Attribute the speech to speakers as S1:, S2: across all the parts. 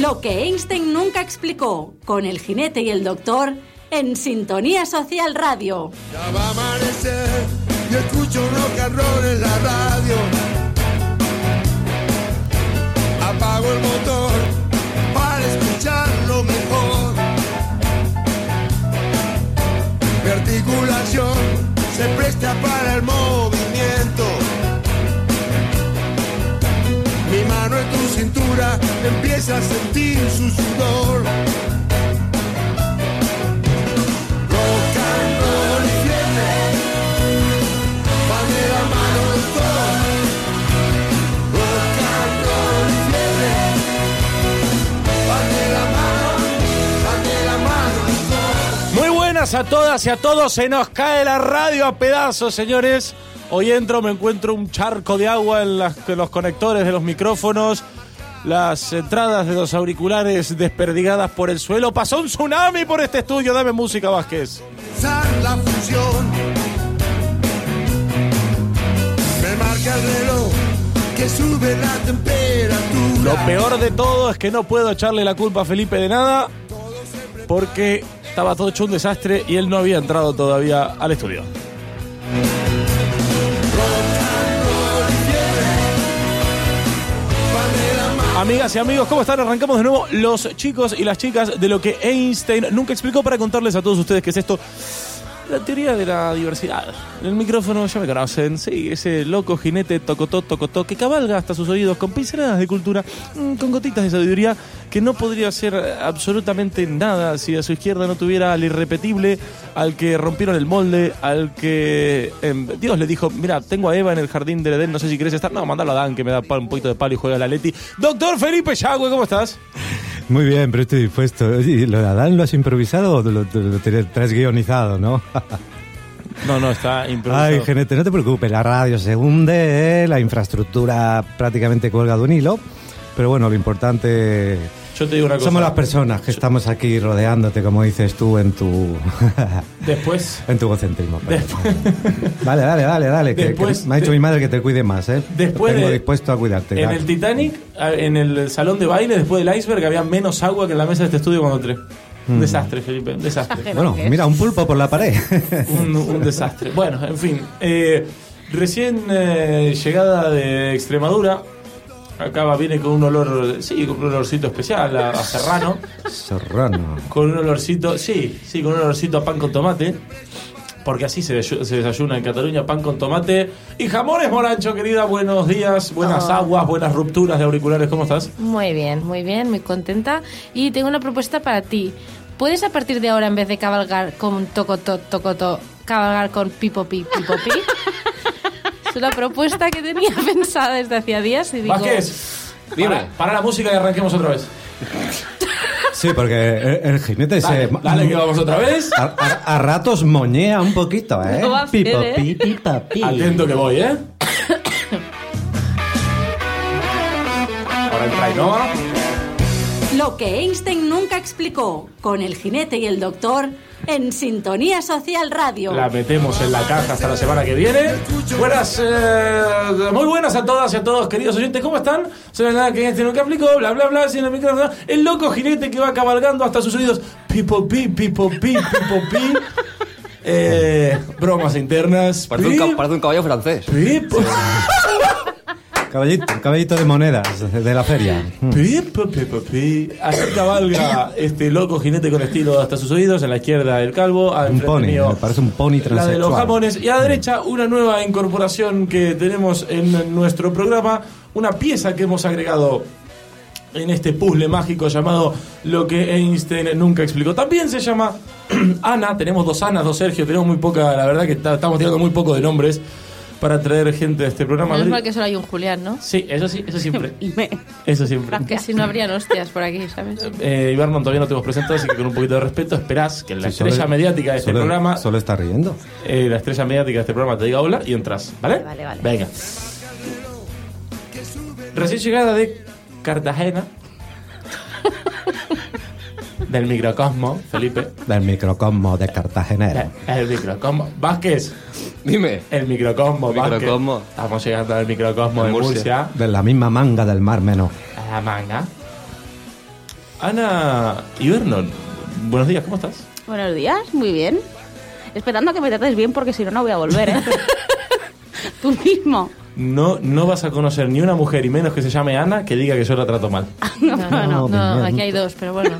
S1: Lo que Einstein nunca explicó, con el jinete y el doctor, en Sintonía Social Radio.
S2: Ya va a amanecer y escucho rock and roll en la radio. Apago el motor para escucharlo mejor. Mi articulación se presta para el movimiento. Mi mano en tu cintura empieza a sentir su sudor. Rock and roll y fiebre van de la mano los dos. Rock and roll y fiebre van de la mano, van de la mano los dos.
S3: Muy buenas a todas y a todos. Se nos cae la radio a pedazos, señores. Hoy entro, me encuentro un charco de agua en, las- en los conectores de los micrófonos. Las entradas de los auriculares desperdigadas por el suelo. Pasó un tsunami por este estudio. Dame música, Vázquez.
S2: Pensar la función. Me marca el reloj que sube la temperatura.
S3: Lo peor de todo es que no puedo echarle la culpa a Felipe de nada porque estaba todo hecho un desastre y él no había entrado todavía al estudio. Amigas y amigos, ¿cómo están? Arrancamos de nuevo los chicos y las chicas de lo que Einstein nunca explicó para contarles a todos ustedes qué es esto. La teoría de la diversidad. En el micrófono ya me conocen, sí, ese loco jinete tocotó, tocotó, que cabalga hasta sus oídos con pinceladas de cultura, mm, con gotitas de sabiduría, que no podría hacer eh, absolutamente nada si a su izquierda no tuviera al irrepetible, al que rompieron el molde, al que em, Dios le dijo, mira, tengo a Eva en el jardín del Edén, no sé si querés estar, no, mandalo a Dan, que me da pa- un poquito de palo y juega la Leti. Doctor Felipe Yagüe, ¿cómo estás?
S4: Muy bien, pero estoy dispuesto. Oye, ¿y ¿Lo de Adán lo has improvisado o lo, lo- lo tenés- traes guionizado, no?
S3: No, no, está improvisado.
S4: Ay, gente, no te preocupes, la radio se hunde, eh, la infraestructura prácticamente cuelga de un hilo, pero bueno, lo importante
S3: Yo te digo una cosa.
S4: somos las personas que estamos aquí rodeándote, como dices tú en tu
S3: Después...
S4: en tu egocentrismo. pero- Dale, dale, dale, dale. que- que
S3: Después-
S4: me ha dicho mi madre que te cuide más, ¿eh?
S3: Después
S4: Tengo
S3: de-
S4: dispuesto a cuidarte.
S3: En
S4: dale.
S3: el Titanic, a- en el salón de baile, después del iceberg, había menos agua que en la mesa de este estudio cuando entré.
S4: Mm.
S3: Un desastre, Felipe, un desastre.
S4: Bueno, mira, un pulpo por la pared.
S3: un, un desastre. Bueno, en fin. eh, recién eh, llegada de Extremadura, acaba, viene con un olor, sí, con un olorcito especial a- a serrano.
S4: Serrano.
S3: Con un olorcito, sí, sí, con un olorcito a pan con tomate. Porque así se, desu- se desayuna en Cataluña, pan con tomate y jamones morancho, querida. Buenos días, buenas
S5: Ah.
S3: aguas, buenas rupturas de auriculares. ¿Cómo estás?
S5: Muy bien, muy bien, muy contenta. Y tengo una propuesta para ti. ¿Puedes a partir de ahora, en vez de cabalgar con tocotó, tocotó, cabalgar con pipo pi, pipo pi? es una propuesta que tenía pensada desde hacía días y digo...
S3: Vázquez, para, para la música y arranquemos otra vez.
S4: Sí, porque el, el jinete
S3: Dale,
S4: se.
S3: dale, que vamos otra vez.
S4: A, a- a ratos moñea un poquito, ¿eh?
S5: No va a hacer,
S4: Pipo,
S5: ¿eh?
S4: pi, pipa, pi.
S3: Atento que voy, ¿eh? Ahora entra Innova.
S1: Lo que Einstein nunca explicó, con el jinete y el doctor, en Sintonía Social Radio.
S3: La metemos en la caja hasta la semana que viene. Buenas, eh, muy buenas a todas y a todos, queridos oyentes. ¿Cómo están? Soy nada que este nunca aplicó, bla, bla, bla, sin el micrófono. El loco jinete que va cabalgando hasta sus oídos. Pipo, pi, pipo, pi, pipo, pi. Eh, bromas internas.
S6: Parece un,
S3: Pi,
S6: ca- parece un caballo francés.
S3: pipo,
S4: Caballito, caballito de monedas de la feria. Hmm.
S3: pipo, pipo, pi. Así cabalga este loco jinete con estilo hasta sus oídos. En la izquierda el calvo. al
S4: Un
S3: frente
S4: pony,
S3: mío,
S4: me parece un pony
S3: La de los
S4: transexual. Mm.
S3: jamones. Y a la derecha, una nueva incorporación que tenemos en nuestro programa. Una pieza que hemos agregado en este puzzle mágico llamado Lo que Einstein nunca explicó. También se llama Ana. Tenemos dos Anas, dos Sergio. Tenemos muy poca, la verdad que ta- estamos tirando muy poco de nombres para traer gente a este programa.
S5: Menos mal que solo hay un Julián, ¿no?
S3: Sí, eso sí, eso siempre.
S1: Me-
S3: Eso siempre.
S5: Que si no habrían hostias por aquí, ¿sabes?
S3: Eh, Ibarman todavía no te hemos presentado, así que con un poquito de respeto esperás que la
S4: Sí, solo-
S3: estrella mediática de este
S4: solo-
S3: programa
S4: Solo está riendo.
S3: eh, la estrella mediática de este programa te diga hola y entras, ¿vale?
S5: Vale, vale.
S3: Venga. Recién llegada de Cartagena, del microcosmo, Felipe.
S4: Del microcosmo de Cartagena.
S3: El microcosmo. Vázquez,
S6: Dime.
S3: el microcosmo,
S6: El
S3: Vázquez.
S6: microcosmo.
S3: Estamos llegando al microcosmo de
S6: En
S3: Murcia.
S6: Murcia.
S4: De la misma manga del mar menor.
S3: a la manga. Ana Ibernon, buenos días, ¿cómo estás?
S7: Buenos días, muy bien. Esperando a que me trates bien porque si no, no voy a volver, ¿eh? Tú mismo.
S3: No, no vas a conocer ni una mujer y menos que se llame Ana que diga que yo la trato mal.
S5: No, no, no,
S4: no,
S5: aquí hay dos, pero bueno.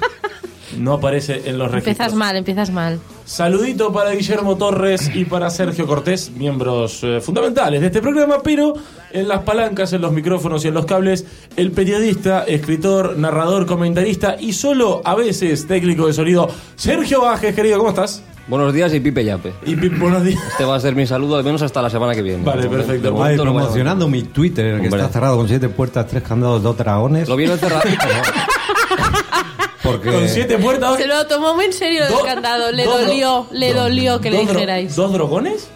S3: No aparece en los registros.
S5: empiezas mal, empiezas mal.
S3: Saludito para Guillermo Torres y para Sergio Cortés, miembros eh, fundamentales de este programa, pero en las palancas, en los micrófonos y en los cables, el periodista, escritor, narrador, comentarista y solo a veces técnico de sonido, Sergio Bajes, querido, ¿cómo estás?
S8: Buenos días y Pipe Yape.
S3: Y Pip, buenos días.
S8: Este va a ser mi saludo al menos hasta la semana que viene.
S3: Vale, perfecto.
S8: De momento
S4: Ay,
S8: no voy a-
S4: promocionando mi Twitter, que
S8: Hombre.
S4: está cerrado con siete puertas, tres candados, dos dragones.
S8: Lo vieron cerrado.
S4: Porque
S3: Con siete puertas.
S5: Se lo tomó muy en serio
S3: dos-
S5: el candado. Le
S3: dos dro-
S5: dolió, le
S3: dos-
S5: dolió que le
S3: dos dro-
S5: dijerais.
S3: ¿Dos drogones?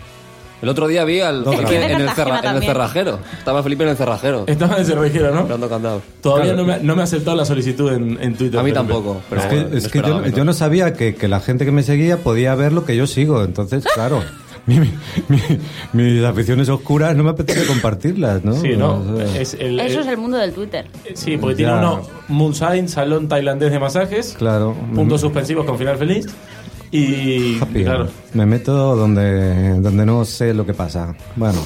S8: El otro día vi al
S4: Dos
S8: Felipe
S4: dragones.
S8: en el,
S7: Cartagena
S8: cerra- en el
S7: también.
S8: cerrajero. Estaba Felipe en el cerrajero.
S4: Eh,
S3: Estaban en el cervejero, ¿no?
S8: Dando candados.
S3: Todavía
S8: Claro.
S3: no, me, ha- no me ha aceptado la solicitud en, en Twitter.
S8: A mí
S3: Felipe.
S8: tampoco. Pero
S4: es que,
S8: bueno,
S4: es que
S8: esperaba
S4: yo,
S8: menos.
S4: yo no sabía que, que la gente que me seguía podía ver lo que yo sigo, entonces, claro. mi- mi- mi- mis aficiones oscuras no me apetece compartirlas, ¿no?
S3: Sí, no.
S4: O sea,
S3: Es el- Eh,
S7: Eso es el mundo del Twitter.
S3: Sí, porque tiene
S4: Ya.
S3: uno Moonshine, salón tailandés de masajes.
S4: Claro.
S3: Puntos suspensivos con final feliz. Y.
S4: Happy
S3: claro.
S4: hour. Me meto donde, donde no sé lo que pasa. Bueno.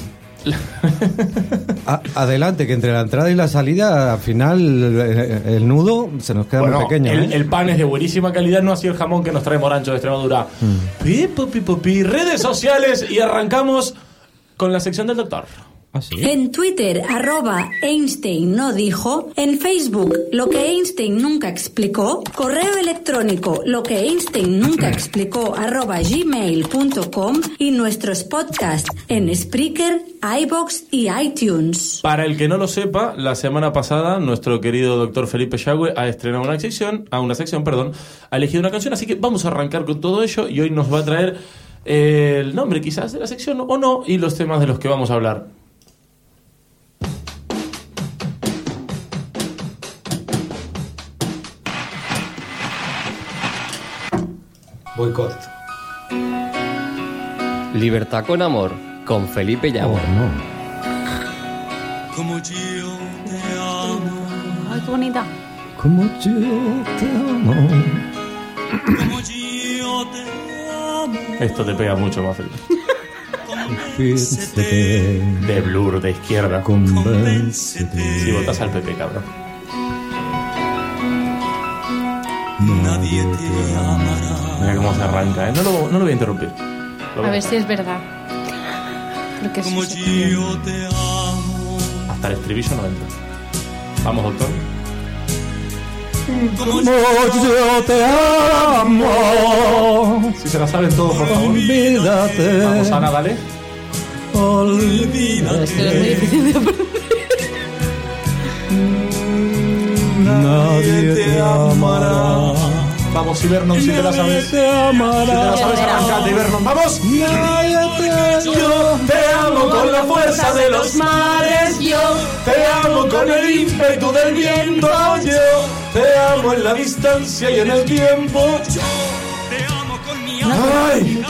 S4: A- adelante, que entre la entrada y la salida, al final, el, el nudo se nos queda muy
S3: Bueno,
S4: pequeño.
S3: el,
S4: ¿eh?
S3: el pan es de buenísima calidad, no así el jamón que nos trae Morancho de Extremadura. Pi, pu, pi, pu, pi. redes sociales y arrancamos con la sección del doctor.
S4: Ah, sí.
S1: En Twitter, arroba Einstein no dijo. En Facebook, lo que Einstein nunca explicó. Correo electrónico, lo que Einstein nunca explicó, arroba gmail.com. Y nuestros podcasts en Spreaker, iBox y iTunes.
S3: Para el que no lo sepa, la semana pasada nuestro querido doctor Felipe Yagüe ha estrenado una sección, a una sección, perdón, ha elegido una canción, así que vamos a arrancar con todo ello y hoy nos va a traer eh, el nombre quizás de la sección o no y los temas de los que vamos a hablar.
S4: Boicot.
S8: Libertad con amor. Con Felipe Llamo.
S4: no.
S9: Como yo te amo,
S7: Ay, qué bonita.
S4: Como yo te amo.
S9: como yo te amo,
S3: Esto te pega mucho más, Felipe.
S4: Convéncete,
S3: De blur, de izquierda.
S4: convéncete.
S3: Si votas al PP, cabrón.
S9: nadie te amará.
S3: Mira cómo se arranca, ¿eh? No lo, no lo voy a interrumpir. Lo voy
S5: A ver si es verdad. Porque es
S9: Como yo te amo,
S3: Hasta el estribillo no entra. Vamos, doctor.
S9: como yo
S4: Yo te amo.
S3: Si se la saben todos, por favor.
S4: Olvídate.
S3: Vamos, Ana, dale.
S5: Es que es muy difícil de aprender.
S4: Nadie te amará.
S3: Vamos, Ibernon, si te la sabes. Si te la sabes, arrancate, Ibernon. ¡Vamos! Yo te amo con la fuerza de los mares. Yo te amo con el ímpetu del viento. Yo te amo en la distancia y en el tiempo.
S9: te amo con mi
S3: ¡Ay!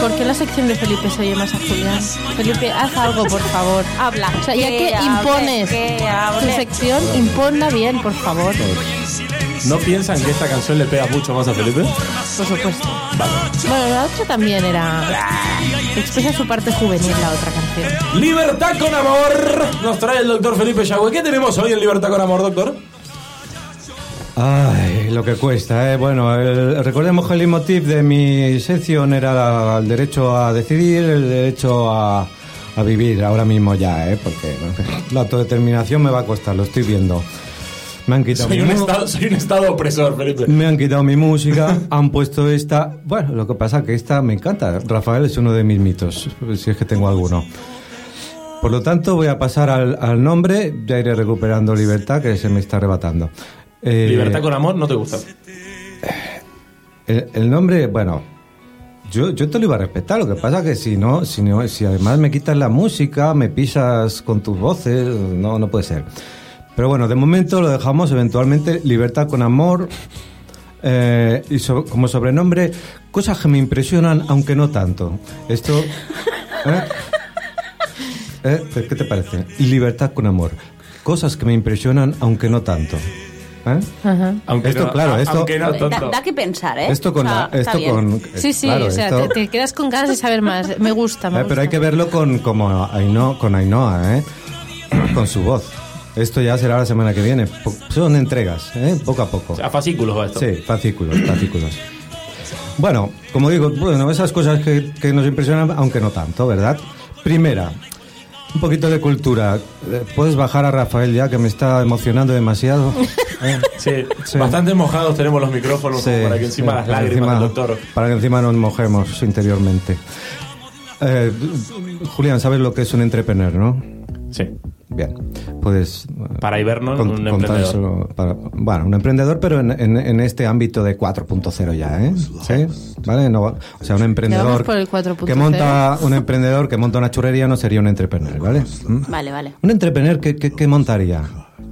S5: ¿Por qué la sección de Felipe se oye más a Julián? Felipe, haz algo, por favor.
S7: Habla.
S5: O sea, ya que
S7: hable,
S5: impones
S7: que hable.
S5: tu sección, imponla bien, por favor.
S3: ¿No piensan que esta canción le pega mucho más a Felipe?
S5: Por supuesto. Bueno, la otra también era. Expresa su parte juvenil la otra
S4: Eh,
S5: canción.
S3: Libertad con amor nos trae el doctor Felipe Yagüe. ¿Qué tenemos hoy en Libertad con amor, doctor?
S4: Ay, lo que cuesta, ¿eh? Bueno, el- recordemos que el leitmotiv de mi sección era el derecho a decidir, el derecho a, a vivir ahora mismo ya, ¿eh? Porque la autodeterminación me va a costar, lo estoy viendo. Me han quitado
S3: Soy
S4: mi
S3: un,
S4: mu-
S3: estado, soy un estado opresor, Felipe.
S4: Me han quitado mi música, han puesto esta. Bueno, lo que pasa que esta me encanta. Rafael es uno de mis mitos, si es que tengo alguno. Por lo tanto, voy a pasar al, al nombre, ya iré recuperando libertad que se me está arrebatando. Eh,
S3: Libertad con amor no te gusta.
S4: el, el nombre, bueno, yo, yo te lo iba a respetar, lo que pasa que si no, si no, si además me quitas la música, me pisas con tus voces, no, no puede ser. Pero bueno, de momento lo dejamos eventualmente Libertad con Amor eh, y so- como sobrenombre, cosas que me impresionan, aunque no tanto. Esto... ¿eh? ¿Eh? ¿Qué te parece? Libertad con Amor. Cosas que me impresionan, aunque no tanto. ¿eh?
S5: Ajá.
S3: Aunque
S4: Esto,
S3: no-
S4: claro,
S3: a-
S4: esto-
S3: aunque no
S1: Da,
S3: tanto.
S1: da que pensar, ¿eh?
S4: Esto con...
S1: O sea, está
S4: la- esto
S1: bien.
S4: con
S5: Ah, Sí, sí,
S4: claro,
S5: o sea,
S4: esto-
S5: te, te quedas con ganas de saber más. Me gusta, me
S4: Eh, pero hay que
S5: gusta.
S4: verlo con, como Ainhoa, con Ainhoa, ¿eh? con su voz. Esto ya será la semana que viene. Po- son entregas, ¿eh? poco a poco.
S10: O sea, fascículos va esto.
S4: Sí, fascículos, fascículos. Bueno, como digo, bueno, esas cosas que, que nos impresionan, aunque no tanto, ¿verdad? Primera, un poquito de cultura. Eh, ¿Puedes bajar a Rafael ya, que me está emocionando demasiado? Eh,
S3: Sí,
S4: Sí.
S3: bastante mojados tenemos los micrófonos
S4: sí,
S3: como para que encima
S4: sí,
S3: las
S4: para que
S3: lágrimas
S4: encima-
S3: del doctor.
S4: Para que encima nos mojemos interiormente. Eh, Julián, ¿sabes lo que es un entrepreneur, no?
S10: Sí.
S4: Bien, puedes... eh,
S10: Para Iberno,
S4: con-
S10: un emprendedor.
S4: contárselo para- bueno, un emprendedor, pero en, en- en este ámbito de 4.0 ya, ¿eh? ¿Sí? ¿Vale? No, o sea, un
S5: Ya
S4: emprendedor
S5: vamos por el 4.0.
S4: que monta un emprendedor que monta una churrería no sería un entrepreneur, ¿vale? ¿Mm?
S1: Vale, vale.
S4: Un entrepreneur que, que- que montaría,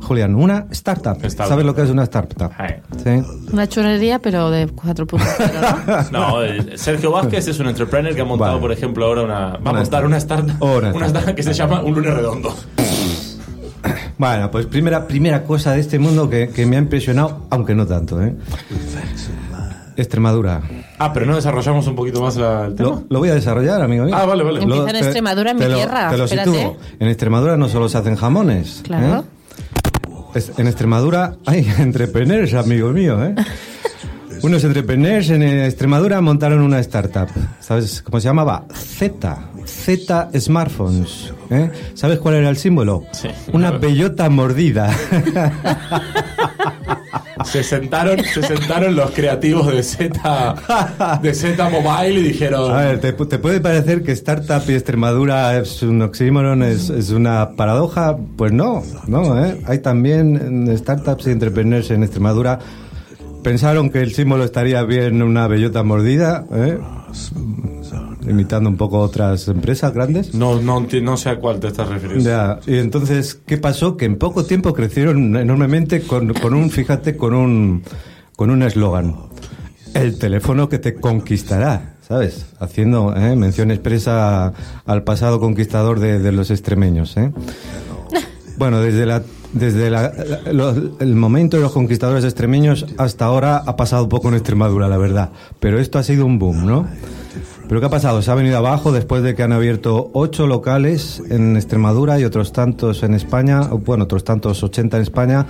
S4: Julián, una startup.
S3: Startup.
S4: ¿Sabes lo que es una startup?
S3: Ay.
S4: Sí.
S5: Una churrería, pero de 4.0. ¿no?
S3: No, el- Sergio Vázquez es un entrepreneur que ha montado,
S4: Vale.
S3: por ejemplo, ahora una. Va a
S4: Una
S3: montar
S4: startup.
S3: una startup.
S4: O una
S3: Una
S4: startup.
S3: startup que se llama Un Lunes Redondo.
S4: Bueno, pues primera, primera cosa de este mundo que, que me ha impresionado, aunque no tanto, ¿eh? Extremadura.
S3: Ah, pero no desarrollamos un poquito más la- el tema.
S4: Lo, lo voy a desarrollar, amigo mío.
S3: Ah, vale, vale.
S5: Empieza en Extremadura, en mi
S4: te lo-
S5: tierra,
S4: te lo
S5: espérate.
S4: sitúo. En Extremadura no solo se hacen jamones.
S5: Claro.
S4: ¿eh? Es- en Extremadura hay entrepreneurs, amigo mío. ¿eh? Unos entrepreneurs en Extremadura montaron una startup. ¿Sabes cómo se llamaba? Z. Z Smartphones. ¿eh? ¿Sabes cuál era el símbolo?
S3: Sí.
S4: Una bellota mordida.
S3: Se sentaron, se sentaron los creativos de Z de Z Mobile y dijeron.
S4: A ver, te, pu- te puede parecer que startup y Extremadura es un oxímoron, es, es una paradoja. Pues no, no, ¿eh? Hay también mm, startups y entrepreneurs en Extremadura. Pensaron que el símbolo estaría bien una bellota mordida, ¿eh? imitando un poco otras empresas grandes.
S3: No, no, enti- no sé a cuál te estás refiriendo.
S4: Ya, y entonces, ¿qué pasó? Que en poco tiempo crecieron enormemente con, con un, fíjate, con un con un eslogan. El teléfono que te conquistará, ¿sabes? Haciendo ¿eh? mención expresa al pasado conquistador de, de los extremeños, ¿eh? Bueno, desde la desde la- la- los- el momento de los conquistadores extremeños hasta ahora ha pasado poco en Extremadura, la verdad. Pero esto ha sido un boom, ¿no? Pero ¿qué ha pasado? Se ha venido abajo después de que han abierto ocho locales en Extremadura y otros tantos en España, o, bueno, otros tantos 80 en España.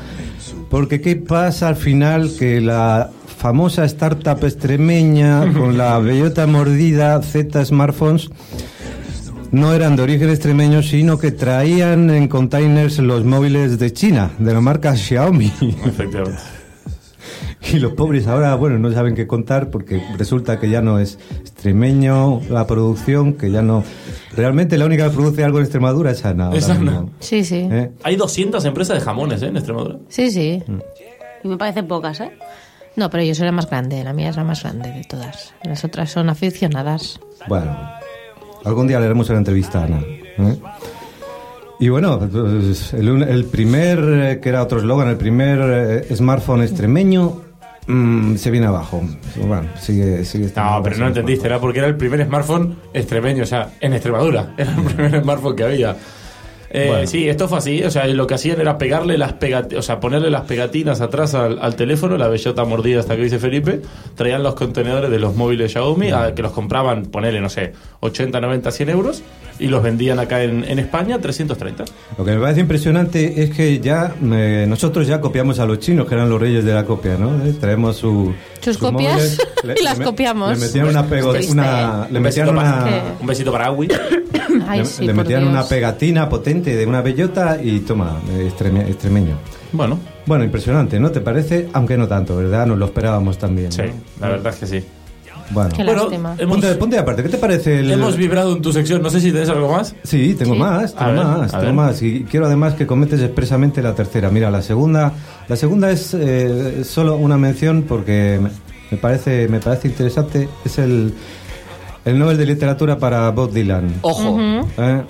S4: Porque ¿qué pasa al final? Que la famosa startup extremeña con la bellota mordida Z Smartphones no eran de origen extremeño, sino que traían en containers los móviles de China, de la marca Xiaomi.
S3: Efectivamente.
S4: Y los pobres ahora, bueno, no saben qué contar porque resulta que ya no es extremeño la producción, que ya no... Realmente la única que produce algo en Extremadura es Ana. ahora
S3: Es Ana.
S4: mismo.
S5: Sí, sí.
S4: ¿Eh?
S10: Hay 200 empresas de jamones ¿eh? en Extremadura.
S5: Sí, sí.
S1: Y me parecen pocas, ¿eh?
S5: No, pero yo soy la más grande, la mía es la más grande de todas. Las otras son aficionadas.
S4: Bueno, algún día le haremos la entrevista a Ana. ¿eh? Y bueno, pues, el, un- el primer, eh, que era otro eslogan, el primer eh, smartphone extremeño mm, se viene abajo. Bueno, sigue, sigue
S3: No,
S4: estando-
S3: pero no entendiste, era porque era el primer smartphone extremeño, o sea, en Extremadura. Era el primer smartphone que había. Eh,
S4: Bueno.
S3: Sí, esto fue así, o sea, lo que hacían era pegarle las pegatinas, o sea, ponerle las pegatinas atrás al, al teléfono, la bellota mordida hasta que dice Felipe, traían los contenedores de los móviles Xiaomi, a- que los compraban, ponele, no sé, 80, 90, 100 euros, y los vendían acá en, en España 330.
S4: Lo que me parece impresionante es que ya eh, nosotros ya copiamos a los chinos, que eran los reyes de la copia, ¿no? Eh, traemos su,
S5: Sus copias
S4: móviles,
S5: y las
S4: me-
S5: copiamos.
S4: Le metían una pego-
S5: Triste,
S4: una-
S5: ¿eh?
S4: le
S3: Un besito
S4: metían una-
S3: para- un besito para Agui.
S5: Ay,
S4: le-
S5: sí,
S4: le
S5: por
S4: metían
S5: Dios.
S4: una pegatina potente de una bellota y toma, eh, extreme- extremeño.
S3: Bueno,
S4: Bueno, impresionante, ¿no te parece? Aunque no tanto, ¿verdad? Nos lo esperábamos también.
S3: sí,
S4: ¿no?
S3: la verdad es que sí.
S4: Bueno,
S5: Qué
S3: bueno,
S5: lástima.
S3: hemos-
S4: ponte, ponte aparte, ¿qué te parece el...
S3: Hemos vibrado en tu sección, no sé si tenés algo más.
S4: Sí, tengo
S5: Sí.
S4: más, tengo
S3: A ver,
S4: más,
S3: a
S4: tengo
S3: ver.
S4: más. Y quiero además que comentes expresamente la tercera. Mira, la segunda, la segunda es eh, solo una mención porque me- me parece, me parece interesante. Es el, el Nobel de Literatura para Bob Dylan.
S8: Ojo,
S4: ¿eh?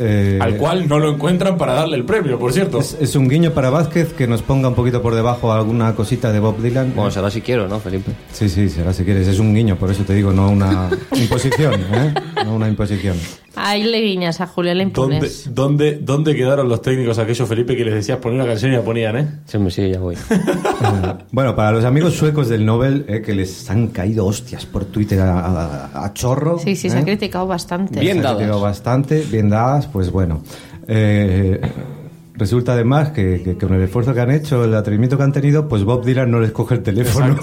S4: Eh,
S3: Al cual no lo encuentran para darle el premio, por cierto.
S4: Es, es un guiño para Vázquez que nos ponga un poquito por debajo alguna cosita de Bob Dylan.
S8: bueno, será si quiero, ¿no, Felipe?
S4: Sí, sí, será si quieres. Es un guiño, por eso te digo, no una imposición, ¿eh? No una imposición.
S5: Ahí le guiñas a Julio, le
S3: ¿Dónde,
S5: impones.
S3: dónde, ¿Dónde quedaron los técnicos aquellos, Felipe, que les decías poner una canción y la ponían, eh?
S8: Se me sigue, ya voy.
S4: Bueno, para los amigos suecos del Nobel, eh, que les han caído hostias por Twitter a, a- a chorro.
S5: Sí, sí, se ha
S4: ¿eh?
S5: criticado bastante.
S8: Bien
S4: Se ha
S8: dadas.
S4: criticado bastante, bien dadas, pues bueno. Eh, resulta además que, que con el esfuerzo que han hecho, el atrevimiento que han tenido, pues Bob Dylan no les coge el teléfono.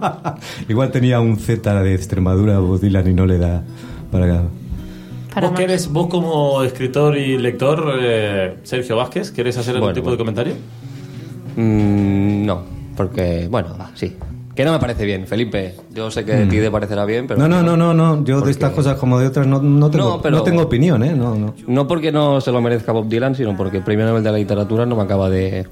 S4: Igual tenía un Z de Extremadura Bob Dylan y no le da para...
S5: Para
S3: ¿Vos,
S5: más.
S3: querés, vos como escritor y lector, eh, Sergio Vázquez, ¿querés hacer algún
S8: Bueno,
S3: tipo de
S8: bueno.
S3: comentario?
S8: Mm, no, porque, bueno, va, sí. Que no me parece bien, Felipe. Yo sé que a ti te parecerá bien, pero.
S4: Mm. No, no, no, no, no. Yo de estas cosas como de otras no, no tengo,
S8: No, pero-
S4: no tengo opinión, ¿eh? No, no.
S8: No porque no se lo merezca Bob Dylan, sino porque el premio Nobel de la literatura no me acaba de.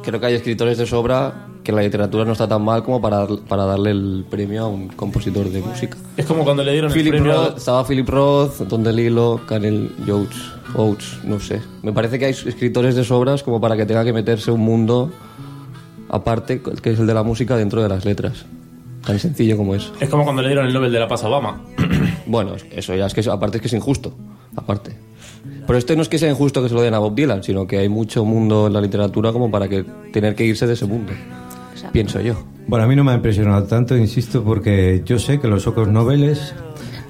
S8: Creo que hay escritores de sobra que la literatura no está tan mal como para, para darle el premio a un compositor de música.
S3: Es como cuando le dieron
S8: Philip
S3: el premio...
S8: Roth, estaba Philip Roth, Don DeLillo, Canel Oates, Oates, no sé. Me parece que hay escritores de sobras como para que tenga que meterse un mundo aparte, que es el de la música, dentro de las letras. Tan sencillo como es.
S3: Es como cuando le dieron el Nobel de la Paz a Obama.
S8: Bueno, eso ya es que es- aparte es que es injusto, aparte. Pero este no es que sea injusto que se lo den a Bob Dylan, sino que hay mucho mundo en la literatura como para que tener que irse de ese mundo. Pienso yo.
S4: Bueno, a mí no me ha impresionado tanto, insisto, porque yo sé que los suecos noveles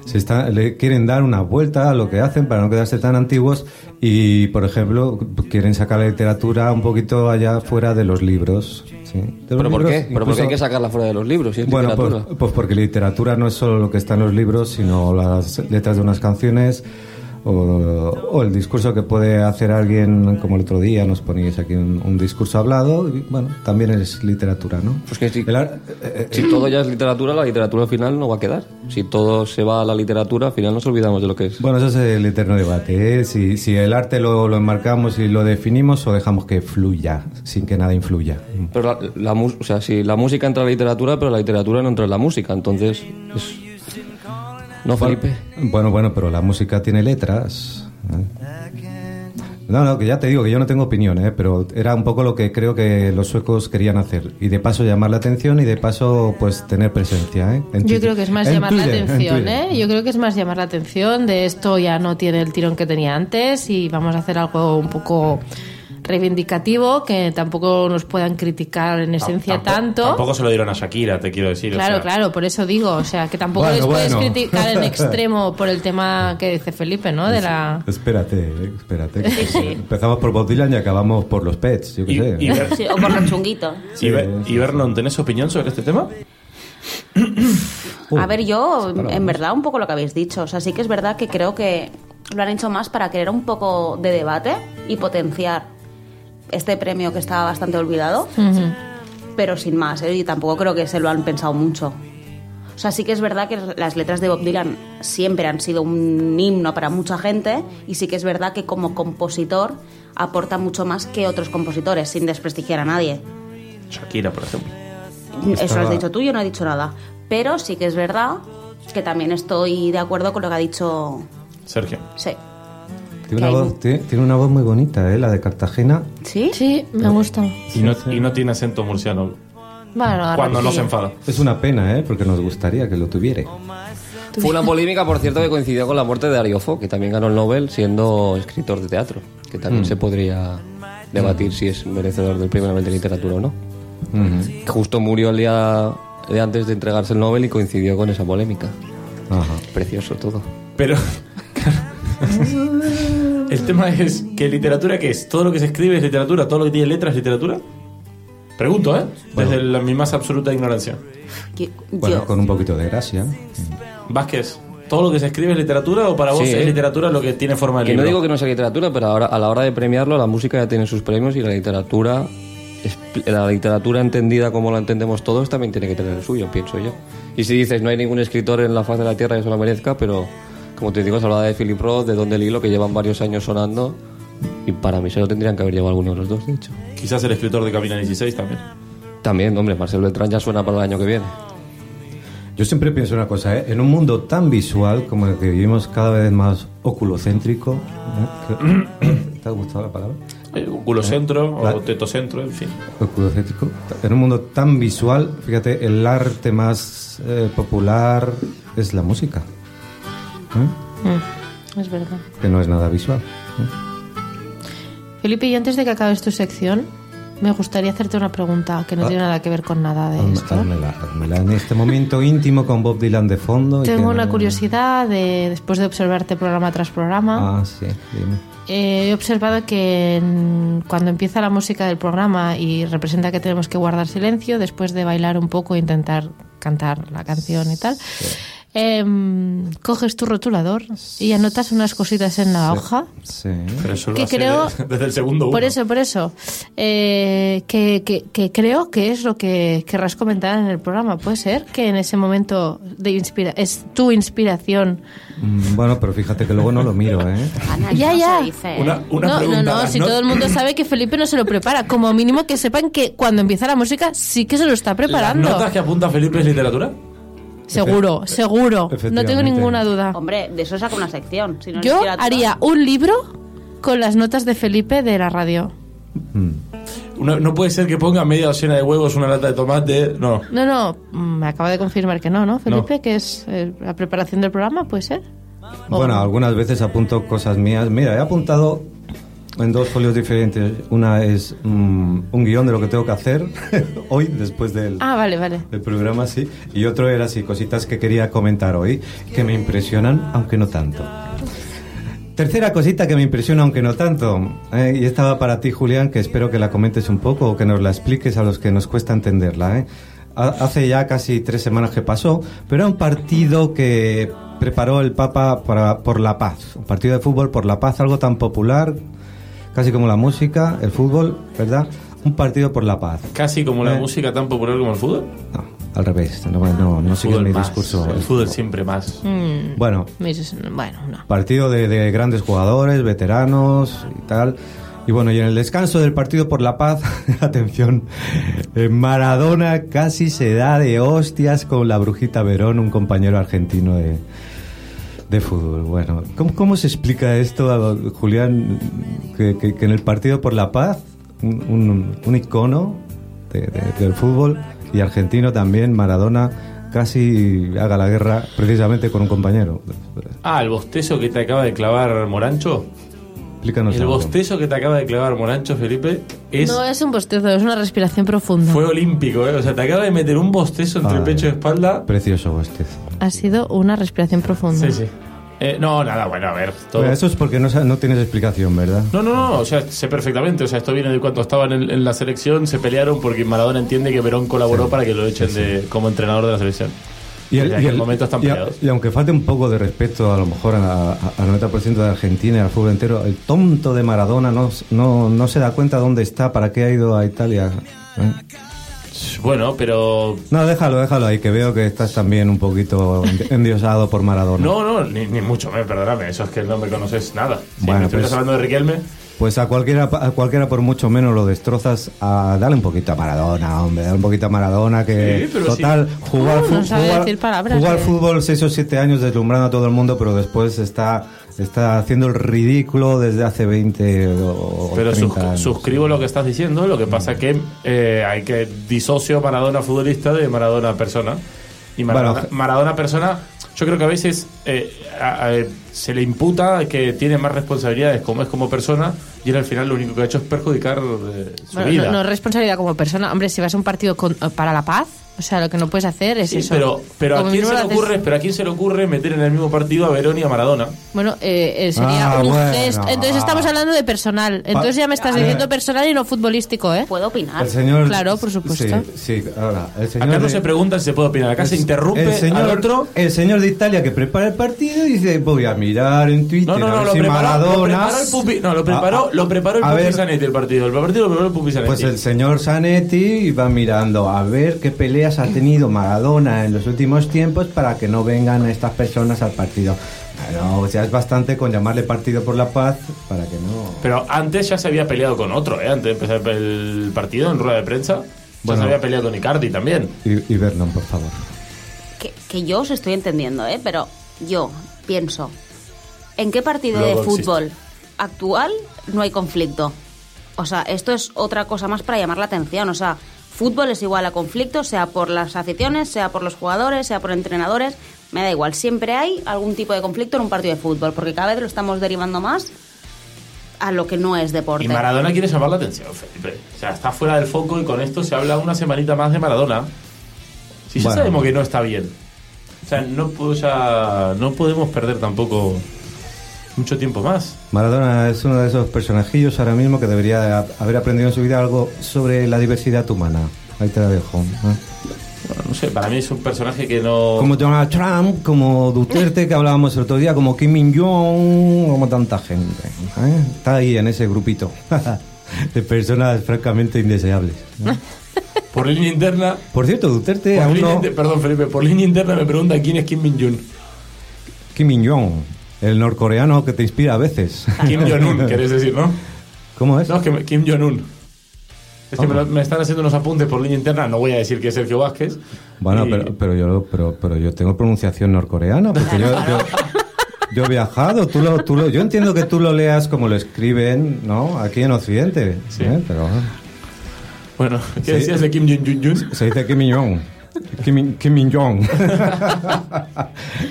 S4: se están, le quieren dar una vuelta a lo que hacen para no quedarse tan antiguos y, por ejemplo, quieren sacar la literatura un poquito allá fuera de los libros. ¿sí? De los
S8: ¿Pero por
S4: libros,
S8: qué? ¿Pero por
S4: incluso-
S8: qué hay que sacarla fuera de los libros? si es
S4: bueno, pues,
S8: literatura?
S4: pues porque literatura no es solo lo que está en los libros, sino las letras de unas canciones o, o el discurso que puede hacer alguien, como el otro día nos poníais aquí un, un discurso hablado, y bueno, también es literatura, ¿no?
S8: Pues que sí.
S4: El ar- eh,
S8: Si todo ya es literatura, la literatura al final no va a quedar. Si todo se va a la literatura, al final nos olvidamos de lo que es.
S4: Bueno, eso es el eterno debate. ¿eh? Si, si el arte lo, lo enmarcamos y lo definimos o dejamos que fluya, sin que nada influya.
S8: Pero la, la mus- o sea, si la música entra en la literatura, pero la literatura no entra en la música, entonces es- ¿No, Felipe?
S4: Bueno, bueno, pero la música tiene letras. ¿eh? No, no, que ya te digo que yo no tengo opinión, ¿eh? pero era un poco lo que creo que los suecos querían hacer. Y de paso llamar la atención y de paso pues tener presencia. ¿eh? En Twitter.
S5: Yo creo que es más
S4: En
S5: llamar
S4: Twitter,
S5: la
S4: en
S5: atención,
S4: Twitter.
S5: ¿eh? Yo creo que es más llamar la atención de esto ya no tiene el tirón que tenía antes y vamos a hacer algo un poco reivindicativo que tampoco nos puedan criticar en esencia
S3: Tampo-
S5: tanto.
S3: Ah, Tampoco se lo dieron a Shakira, te quiero decir. o
S5: Claro,
S3: sea.
S5: claro, por eso digo, o sea, que tampoco
S4: Bueno,
S5: les puedes
S4: bueno.
S5: criticar en extremo por el tema que dice Felipe, ¿no? De la
S4: Espérate, ¿eh? espérate. Empezamos por Bob Dylan y acabamos por los pets, yo qué
S3: Y,
S4: sé.
S3: y Iber-
S11: Sí, o por los chunguitos.
S3: Iber- Ibernon, ¿tenés opinión sobre este tema?
S4: Uh,
S11: a ver, yo, en verdad, un poco lo que habéis dicho. O sea, sí que es verdad que creo que lo han hecho más para crear un poco de debate y potenciar este premio que estaba bastante olvidado, pero sin más, ¿eh? y tampoco creo que se lo han pensado mucho. O sea, sí que es verdad que las letras de Bob Dylan siempre han sido un himno para mucha gente y sí que es verdad que como compositor aporta mucho más que otros compositores, sin desprestigiar a nadie.
S3: Shakira, por ejemplo.
S11: Eso lo
S4: Estaba-
S11: has dicho tú, yo no he dicho nada. Pero sí que es verdad que también estoy de acuerdo con lo que ha dicho.
S3: Sergio.
S11: Sí.
S4: tiene, una voz, tiene- tiene una voz muy bonita, ¿eh? la de Cartagena.
S11: ¿Sí?
S5: Sí, me gusta.
S3: Y no, y no tiene acento murciano.
S5: Bueno, ahora
S3: Cuando no
S5: sí.
S3: se enfada.
S4: Es una pena, ¿eh? porque nos gustaría que lo tuviera.
S8: Fue una polémica, por cierto, que coincidió con la muerte de Ariofo, que también ganó el Nobel siendo escritor de teatro, que también se podría debatir si es merecedor del premio Nobel de literatura o no. Justo murió el día de antes de entregarse el Nobel y coincidió con esa polémica.
S4: Ajá.
S8: Precioso todo.
S3: Pero. El tema es que literatura, ¿qué es? ¿Todo lo que se escribe es literatura? ¿Todo lo que tiene letras es literatura? Pregunto, ¿eh? Desde la- mi más absoluta ignorancia.
S11: Yo-
S4: Bueno,
S11: yo-
S4: con un poquito de gracia.
S3: Vázquez, ¿todo lo que se escribe es literatura o para vos
S8: Sí,
S3: es
S8: ¿eh?
S3: literatura lo que tiene forma de
S8: Que
S3: libro?
S8: no digo que no sea literatura, pero ahora, a la hora de premiarlo, la música ya tiene sus premios y la literatura, es- la literatura entendida como la entendemos todos, también tiene que tener el suyo, pienso yo. Y si dices, no hay ningún escritor en la faz de la tierra que se lo merezca, pero como te digo, se hablaba de Philip Roth, de Don DeLillo, que llevan varios años sonando, y para mí se lo tendrían que haber llevado alguno de los dos, de hecho.
S3: Quizás el escritor de Camina 16 también.
S8: También, hombre, Marcel Beltrán ya suena para el año que viene.
S4: Yo siempre pienso una cosa, ¿eh? en un mundo tan visual como el que vivimos cada vez más oculocéntrico, ¿eh? Que- ¿te ha gustado la palabra?
S3: Eh, culocentro
S4: La-
S3: o tetocentro, en fin.
S4: Oculocéntrico. En un mundo tan visual, fíjate, el arte más eh, popular es la música. ¿eh?
S5: Mm, Es verdad.
S4: que no es nada visual.
S5: Felipe, y antes de que acabes tu sección, me gustaría hacerte una pregunta que no
S4: Ah.
S5: tiene nada que ver con nada de
S4: Hazme-
S5: esto.
S4: Házmela, házmela en este momento íntimo con Bob Dylan de fondo. y que
S5: Tengo una
S4: no-
S5: curiosidad de, después de observarte programa tras programa.
S4: Ah, sí, dime.
S5: Eh, he observado que en- cuando empieza la música del programa y representa que tenemos que guardar silencio, después de bailar un poco e intentar cantar la canción y tal, em, coges tu rotulador y anotas unas cositas en la hoja.
S4: Sí.
S3: Pero eso lo
S5: Que
S3: hace
S5: creo-
S3: de- desde el segundo uno.
S5: Por eso, por eso. Eh, que, que- que creo que es lo que querrás comentar en el programa. Puede ser que en ese momento de inspira es tu inspiración.
S4: Mm, Bueno, pero fíjate que luego no lo miro, ¿eh?
S11: Ana,
S5: Ya,
S11: no
S5: ya.
S11: se dice, ¿eh?
S3: Una, una
S5: no,
S3: pregunta.
S5: no, no,
S3: más,
S5: si todo el mundo sabe que Felipe no se lo prepara. Como mínimo que sepan que cuando empieza la música sí que se lo está preparando.
S3: ¿Las notas que apunta Felipe es literatura?
S5: Seguro, seguro. No tengo
S4: Efectivamente.
S5: ninguna duda.
S11: Hombre, de eso saca una sección. si no, ni
S5: Yo
S11: siquiera tú-
S5: haría un libro con las notas de Felipe de la radio.
S4: Mm.
S3: Una- no puede ser que ponga media docena de huevos, una lata de tomate. No.
S5: No, no, mm, me acaba de confirmar que no, ¿no, Felipe?
S3: No.
S5: Que es eh, la preparación del programa, ¿puede ser? O-
S4: Bueno, algunas veces apunto cosas mías. Mira, he apuntado en dos folios diferentes. Una es mm, un guión de lo que tengo que hacer hoy, después del,
S5: Ah, vale, vale.
S4: del programa, sí. Y otro era así, cositas que quería comentar hoy, que me impresionan, aunque no tanto. Tercera cosita que me impresiona, aunque no tanto, eh, y esta va para ti, Julián, que espero que la comentes un poco o que nos la expliques a los que nos cuesta entenderla. eh. Ha- Hace ya casi tres semanas que pasó, pero era un partido que preparó el Papa para- por la paz, un partido de fútbol por la paz, algo tan popular, casi como la música, el fútbol, ¿verdad? Un partido por la paz.
S3: Casi como la
S4: Eh.
S3: música tan popular como el fútbol.
S4: No, al revés, no, no, no sigues
S3: fútbol
S4: mi
S3: más.
S4: discurso.
S3: El fútbol siempre más.
S5: Mm,
S4: Bueno,
S5: me dices, bueno, no.
S4: partido de, de grandes jugadores, veteranos y tal. Y bueno, y en el descanso del partido por la paz, atención, eh, Maradona casi se da de hostias con la brujita Verón, un compañero argentino de, de fútbol. Bueno, ¿cómo, cómo se explica esto, Julián, que, que- que en el partido por la paz, un, un- un icono de- de- del fútbol y argentino también, Maradona, casi haga la guerra precisamente con un compañero?
S3: Ah, el bostezo que te acaba de clavar Morancho.
S4: Explícanos
S3: el
S4: algo.
S3: bostezo que te acaba de clavar Morancho, Felipe, es,
S5: No es un bostezo, es una respiración profunda.
S3: fue olímpico, ¿eh? O sea, te acaba de meter un bostezo entre
S4: Vale.
S3: pecho y espalda.
S4: Precioso bostezo.
S5: Ha sido una respiración profunda.
S3: Sí, sí. Eh, no, nada, bueno, a ver. Todo.
S4: Bueno, eso es porque no, sa- no tienes explicación, ¿verdad?
S3: No, no, no, o sea, sé perfectamente. O sea, esto viene de cuando estaban en, en la selección, se pelearon porque Maradona entiende que Verón colaboró para que lo echen de, como entrenador de la selección. Desde aquel momento están
S4: y a-
S3: peleados.
S4: y aunque falte un poco de respeto a lo mejor a- a- al 90% de Argentina y al fútbol entero, el tonto de Maradona no, s- no, no se da cuenta dónde está, para qué ha ido a Italia. ¿eh?
S3: Bueno, pero.
S4: No, déjalo, déjalo ahí, que veo que estás también un poquito endi- endiosado por Maradona.
S3: No, no, ni, ni mucho, me perdóname, eso es que no me conoces nada. Si
S4: Bueno,
S3: me estuvieras
S4: pues-
S3: hablando de Riquelme,
S4: Pues a cualquiera, a cualquiera por mucho menos lo destrozas. A, dale un poquito a Maradona, hombre, dale un poquito a Maradona que
S3: Sí, pero
S4: total jugar
S5: Uh, No,
S4: fu-
S5: no sabe
S4: jugar-
S5: decir palabras,
S4: jugar
S5: eh.
S4: fútbol 6 o 7 años deslumbrando a todo el mundo, pero después está está haciendo el ridículo desde hace 20 o
S3: pero
S4: 30
S3: sus-
S4: años.
S3: suscribo lo que estás diciendo, lo que pasa que eh, hay que disocio Maradona futbolista de Maradona persona. Y Maradona,
S4: Bueno,
S3: Maradona persona, yo creo que a veces eh, a- a- se le imputa que tiene más responsabilidades como es como persona y él al final lo único que ha hecho es perjudicar eh, su
S5: Bueno,
S3: vida.
S5: no, no es responsabilidad como persona. Hombre, si vas a un partido con- eh, para la paz, o sea, lo que no puedes hacer es
S3: Sí,
S5: eso.
S3: pero, pero,
S5: Como
S3: ¿a quién
S5: mínimo
S3: se le
S5: lo haces-
S3: ocurre, pero a quién se le ocurre meter en el mismo partido a Verón y a Maradona.
S5: Bueno, eh, eh, sería
S4: Ah,
S5: un
S4: bueno.
S5: gesto. Entonces estamos hablando de personal. Entonces ya me estás diciendo personal y no futbolístico, ¿eh?
S11: Puedo opinar.
S4: El señor
S5: Claro, por supuesto.
S4: Sí, sí, ahora el señor
S3: Acá no
S4: de-
S3: se pregunta si se puede opinar, acá se
S4: el-
S3: interrumpe
S4: el señor,
S3: al otro.
S4: el señor de Italia que prepara el partido y dice voy a mirar en Twitter
S3: No, no,
S4: a
S3: no,
S4: ver
S3: lo
S4: si
S3: preparó, lo
S4: Maradona
S3: preparó el Pupi, no, lo
S4: Ah,
S3: preparó,
S4: ah,
S3: lo preparó el
S4: a
S3: Pupi
S4: ver,
S3: Zanetti el partido. El partido lo preparó el Pupi Zanetti.
S4: Pues el señor Zanetti va mirando a ver qué peleas ha tenido Maradona en los últimos tiempos para que no vengan estas personas al partido. Bueno, o sea, es bastante con llamarle partido por la paz para que no...
S3: Pero antes ya se había peleado con otro, ¿eh? Antes de empezar el partido en rueda de prensa. Ya
S4: Bueno.
S3: se había peleado con Icardi también.
S4: Y, y Vernon, por favor.
S11: Que, que yo os estoy entendiendo, ¿eh? Pero yo pienso, ¿en qué partido
S3: Luego
S11: de
S3: existe.
S11: fútbol actual no hay conflicto? O sea, esto es otra cosa más para llamar la atención. O sea, fútbol es igual a conflicto, sea por las aficiones, sea por los jugadores, sea por entrenadores. Me da igual, siempre hay algún tipo de conflicto en un partido de fútbol, porque cada vez lo estamos derivando más a lo que no es deporte.
S3: Y Maradona quiere llamar la atención, Felipe. O sea, está fuera del foco y con esto se habla una semanita más de Maradona. Si ya
S4: Bueno.
S3: sabemos que no está bien. O sea, no, puedo ya, no podemos perder tampoco mucho tiempo más.
S4: Maradona es uno de esos personajillos ahora mismo que debería haber aprendido en su vida algo sobre la diversidad humana. Ahí te la dejo. ¿eh?
S3: Bueno, no sé, para mí es un personaje que no...
S4: Como Donald Trump, como Duterte, que hablábamos el otro día, como Kim Jong, como tanta gente. ¿eh? Está ahí en ese grupito de personas francamente indeseables. ¿eh?
S3: Por línea interna...
S4: Por cierto, Duterte
S3: por
S4: Eh, aún
S3: línea
S4: no...
S3: inter- Perdón, Felipe, por línea interna me pregunta quién es Kim Min-jun.
S4: Kim Jong, el norcoreano que te inspira a veces.
S3: Kim Jong-un, querés decir, ¿no?
S4: ¿Cómo es?
S3: No, es que me- Kim Jong-un. Es que me, lo- me están haciendo unos apuntes por línea interna. No voy a decir que es Sergio Vázquez.
S4: Bueno,
S3: Y-
S4: pero, pero, yo, pero, pero yo tengo pronunciación norcoreana, porque yo, yo, yo he viajado, tú lo, tú lo- yo entiendo que tú lo leas como lo escriben, ¿no? Aquí en Occidente,
S3: Sí.
S4: ¿eh? pero
S3: Bueno, ¿qué
S4: Sí.
S3: decías de Kim Jong-un?
S4: se dice Kim Jong. Kim, Kim Jong.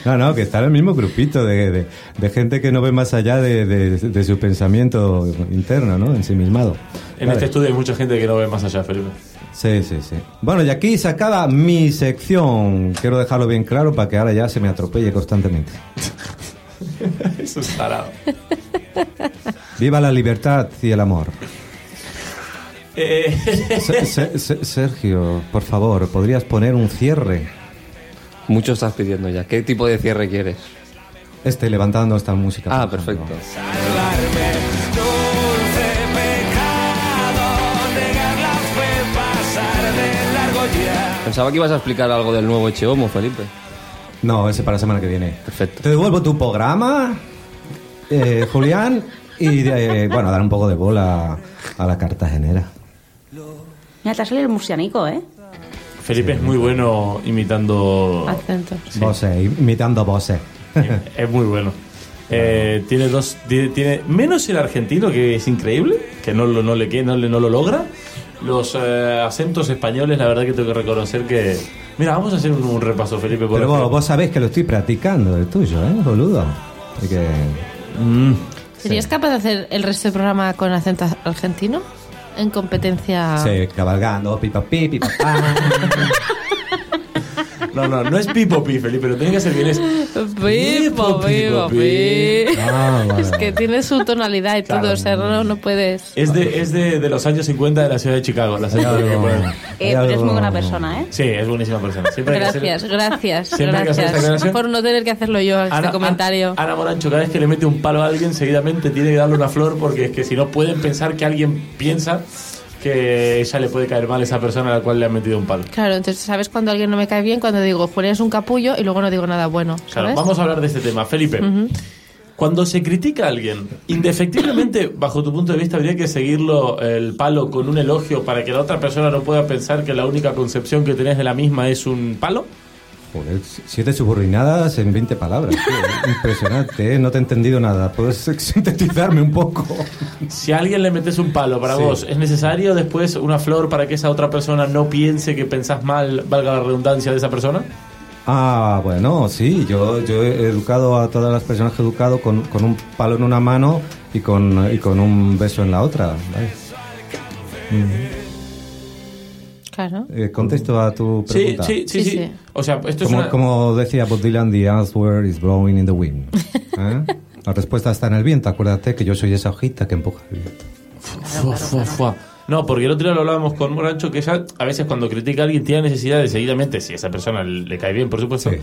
S4: no, no, que está en el mismo grupito de, de, de gente que no ve más allá de, de- de su pensamiento interno, ¿no? Ensimismado.
S3: En
S4: Vale.
S3: este estudio hay mucha gente que no ve más allá, Felipe.
S4: Sí, sí, sí. Bueno, y aquí se acaba mi sección. Quiero dejarlo bien claro para que ahora ya se me atropelle constantemente.
S3: Eso es tarado.
S4: Viva la libertad y el amor.
S3: Eh,
S4: Se- se- se- Sergio, por favor, ¿podrías poner un cierre?
S8: Mucho estás pidiendo ya. ¿Qué tipo de cierre quieres?
S4: Este, levantando esta música.
S8: Ah,
S4: por
S8: perfecto.
S4: ejemplo.
S8: Pensaba que ibas a explicar algo del nuevo Echeomo, Felipe.
S4: No, ese para la semana que viene.
S8: Perfecto.
S4: Te devuelvo tu programa, eh, Julián, y eh, bueno, dar un poco de bola a la cartagenera.
S11: Mira, te ha salido el murcianico, ¿eh?
S3: Felipe es muy bueno imitando.
S5: Acento.
S4: Voces, eh, imitando voces.
S3: es muy bueno. Eh, tiene dos tiene, tiene- menos el argentino que es increíble que no lo no le que- no le- no lo logra los eh, acentos españoles la verdad que tengo que reconocer que mira vamos a hacer un, un repaso Felipe por
S4: Pero vos,
S3: ejemplo.
S4: vos sabéis que lo estoy practicando, el tuyo, ¿eh, boludo? Así que...
S3: Mm.
S5: ¿Serías capaz de hacer el resto del programa con acento argentino? En competencia.
S11: Ah.
S4: Sí, cabalgando, pipa, pi, pipa, pa.
S3: no no no es pipo pi Felipe lo tiene que hacer bien es
S5: Pipo, pipo, pi.
S4: Ah, vale.
S5: Es
S11: eh,
S5: que tiene su tonalidad y
S3: Claro.
S5: todo, o sea, no, no puedes.
S3: es de es de, de los años 50 de la ciudad de Chicago la
S4: Ah,
S3: ciudad de-
S11: Eh, pero es muy buena persona, ¿eh?
S3: sí es buenísima persona Siempre hay que hacer-
S5: Gracias, gracias,
S3: Siempre hay que hacer esta
S5: gracias
S3: aclaración.
S5: por no tener que hacerlo yo este comentario.
S3: Ana Morancho, cada vez que le mete un palo a alguien, seguidamente tiene que darle una flor porque es que si no pueden pensar que alguien piensa que ella le puede caer mal a esa persona a la cual le han metido un palo.
S5: Claro, entonces sabes cuando alguien no me cae bien, cuando digo, Julián es un capullo y luego no digo nada bueno. ¿sabes?
S3: Claro, vamos a hablar de este tema. Felipe, cuando se critica a alguien, indefectiblemente, bajo tu punto de vista, habría que seguirlo el palo con un elogio para que la otra persona no pueda pensar que la única concepción que tenés de la misma es un palo.
S4: Joder, siete subordinadas en 20 palabras. tío. Impresionante, ¿eh? no te he entendido nada. ¿Puedes sintetizarme un poco?
S3: Si a alguien le metes un palo para
S4: Sí.
S3: vos, ¿es necesario después una flor para que esa otra persona no piense que pensás mal, valga la redundancia de esa persona?
S4: Ah, bueno, sí, yo, yo he educado a todas las personas que he educado con, con un palo en una mano y con, y con un beso en la otra. ¿vale?
S5: Claro.
S4: Eh, contesto a tu pregunta.
S3: Sí, sí, sí,
S5: Sí,
S3: sí.
S5: sí.
S3: O sea, esto es
S4: Como,
S3: una...
S4: como decía Bob Dylan, the answer is blowing in the wind. ¿Eh? La respuesta está en el viento. Acuérdate que yo soy esa hojita que empuja el viento.
S3: Fua, fua, fua. No, porque el otro día lo hablábamos con Morancho, que ella a veces cuando critica a alguien tiene necesidad de seguidamente, si a esa persona le cae bien, por supuesto,
S4: Sí.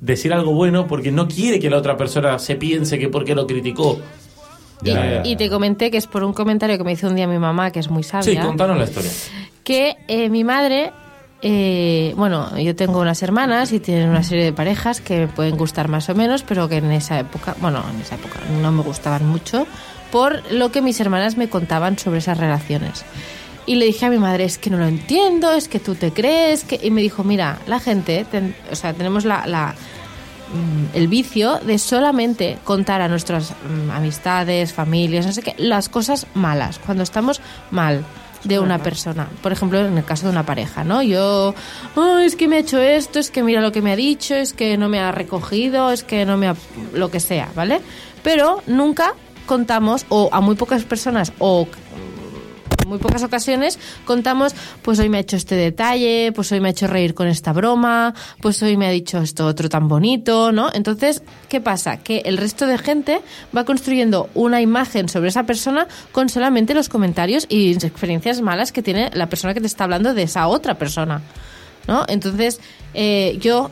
S3: decir algo bueno porque no quiere que la otra persona se piense que porque lo criticó.
S5: Y,
S3: Ya, ya,
S5: y te comenté que es por un comentario que me hizo un día mi mamá, que es muy sabia.
S3: Sí, contanos la historia.
S5: que eh, mi madre, eh, bueno, yo tengo unas hermanas y tienen una serie de parejas que me pueden gustar más o menos, pero que en esa época, bueno, en esa época no me gustaban mucho, por lo que mis hermanas me contaban sobre esas relaciones. Y le dije a mi madre, es que no lo entiendo, es que tú te crees, que... y me dijo, mira, la gente, ten- o sea, tenemos la- la, mm, el vicio de solamente contar a nuestras mm, amistades, familias, no sé qué, las cosas malas, cuando estamos mal. de una persona. Por ejemplo, en el caso de una pareja, ¿no? Yo, "Oh, es que me ha hecho esto, es que mira lo que me ha dicho, es que no me ha recogido, es que no me ha... lo que sea, ¿vale? Pero nunca contamos, o a muy pocas personas, o en muy pocas ocasiones contamos, pues hoy me ha hecho este detalle, pues hoy me ha hecho reír con esta broma, pues hoy me ha dicho esto otro tan bonito, ¿no? Entonces, ¿qué pasa? Que el resto de gente va construyendo una imagen sobre esa persona con solamente los comentarios y experiencias malas que tiene la persona que te está hablando de esa otra persona, ¿no? Entonces, eh, yo...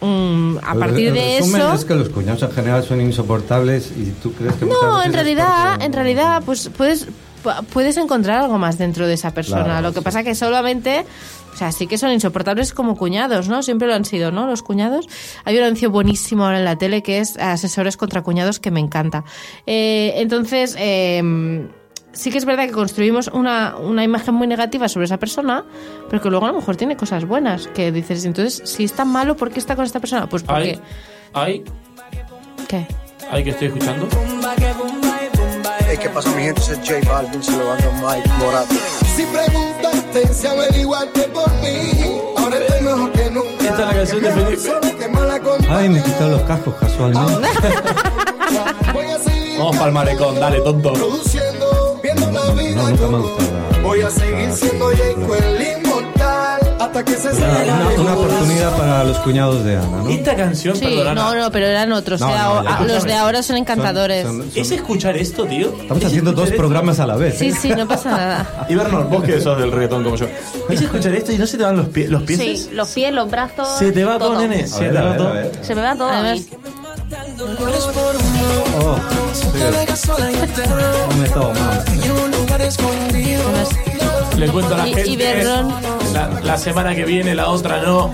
S5: mm, a partir
S4: El-
S5: de
S4: el Pues, Eh, resumen
S5: eso
S4: es que los cuñados en general son insoportables y tú crees que... muchas
S5: no,
S4: veces
S5: en
S4: es
S5: realidad,
S4: porque-
S5: en realidad, pues puedes pu- puedes encontrar algo más dentro de esa persona.
S4: Claro,
S5: Lo que
S4: sí.
S5: pasa que solamente, o sea, sí que son insoportables como cuñados, ¿no? Siempre lo han sido, ¿no? Los cuñados. Hay un anuncio buenísimo ahora en la tele que es asesores contra cuñados que me encanta. Eh, entonces. eh, Sí que es verdad que construimos una, una imagen muy negativa sobre esa persona, pero que luego a lo mejor tiene cosas buenas, que dices, entonces, si es tan malo, ¿por qué está con esta persona? Pues porque...
S3: Ay, ay,
S5: ¿Qué?
S3: ay, que estoy escuchando.
S2: Hey, ¿Qué pasa, mi gente? Ese es J Balvin, se lo mando Mike Morato. Si preguntaste si averiguaste por mí, ahora estoy mejor que nunca.
S3: Esta es la canción de Felipe.
S4: Ay, me he quitado los cascos casualmente.
S3: Vamos pa'l malecón, dale, tonto.
S2: Produciendo, viendo la vida.
S4: No, nunca me ha
S2: como
S4: gustado la-
S2: Voy a seguir
S4: la-
S2: siendo
S4: la-
S2: Jayco el inmortal. Hasta que se
S4: Una,
S2: cierre la
S4: Ah, una- una oportunidad para los cuñados de Ana, ¿no?
S3: Esta canción,
S5: Sí,
S3: perdona.
S5: no, no, pero eran otros.
S4: No,
S5: de
S4: no,
S5: ahora-
S4: ya,
S5: los de
S3: escúchame.
S5: ahora son encantadores.
S4: Son- son-
S3: ¿Es escuchar esto, tío?
S4: Estamos
S3: ¿Es
S4: haciendo dos
S3: escuchar esto?
S4: programas a la vez.
S5: Sí,
S4: ¿eh?
S5: sí, no pasa nada.
S3: Y Bernard, vos que sos del reggaetón como yo. ¿Es escuchar esto y no se te van los, pie- los pies?
S11: Sí, los pies, los brazos.
S3: Se te va todo,
S11: todo.
S3: nene.
S4: A
S3: Se
S4: ver,
S3: te
S4: a
S3: va
S4: ver, a
S3: todo.
S4: ver.
S11: Se me va todo. a mí.
S5: Además-
S4: Oh, sí. me estaba mal.
S3: Le cuento a la
S5: Y- y
S3: gente.
S5: Berrón.
S3: la, la semana que viene, la otra no.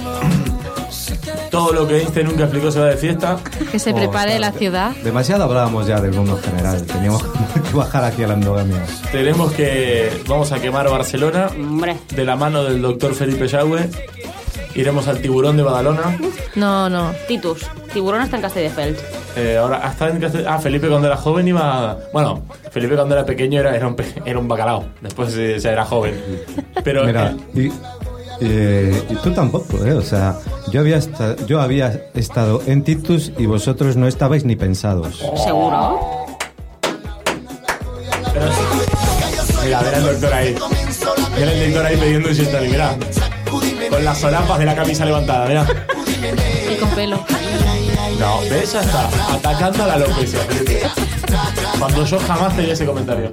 S3: Todo lo que Einstein nunca explicó se va de fiesta.
S5: Que se
S4: Oh,
S5: prepare la
S4: claro.
S5: ciudad.
S4: Demasiado hablábamos ya del mundo general. Teníamos que bajar aquí a la endogamia.
S3: Tenemos que. Vamos a quemar Barcelona.
S11: Hombre.
S3: De la mano del doctor Felipe Yagüe. Iremos al tiburón de Badalona.
S5: No, no.
S11: Titus, tiburón está en Castelldefels.
S3: Eh, ahora, hasta en Castel- Ah, Felipe cuando era joven iba. Bueno, Felipe cuando era pequeño era, era, un, pe- era un bacalao. Después eh, ya era joven. Pero.
S4: Mira,
S3: eh,
S4: y, eh, y tú tampoco, ¿eh? O sea, yo había, esta- yo había estado en Titus y vosotros no estabais ni pensados.
S11: Seguro.
S3: pero- mira, ver al doctor ahí. Mira el doctor ahí pidiendo un gin tonic, mirá. Con las solapas de la camisa levantada, mirá.
S5: Y con pelo.
S3: No, ¿ves? Ya está. Atacando a la alopecia, Felipe. Cuando yo jamás tenía ese comentario.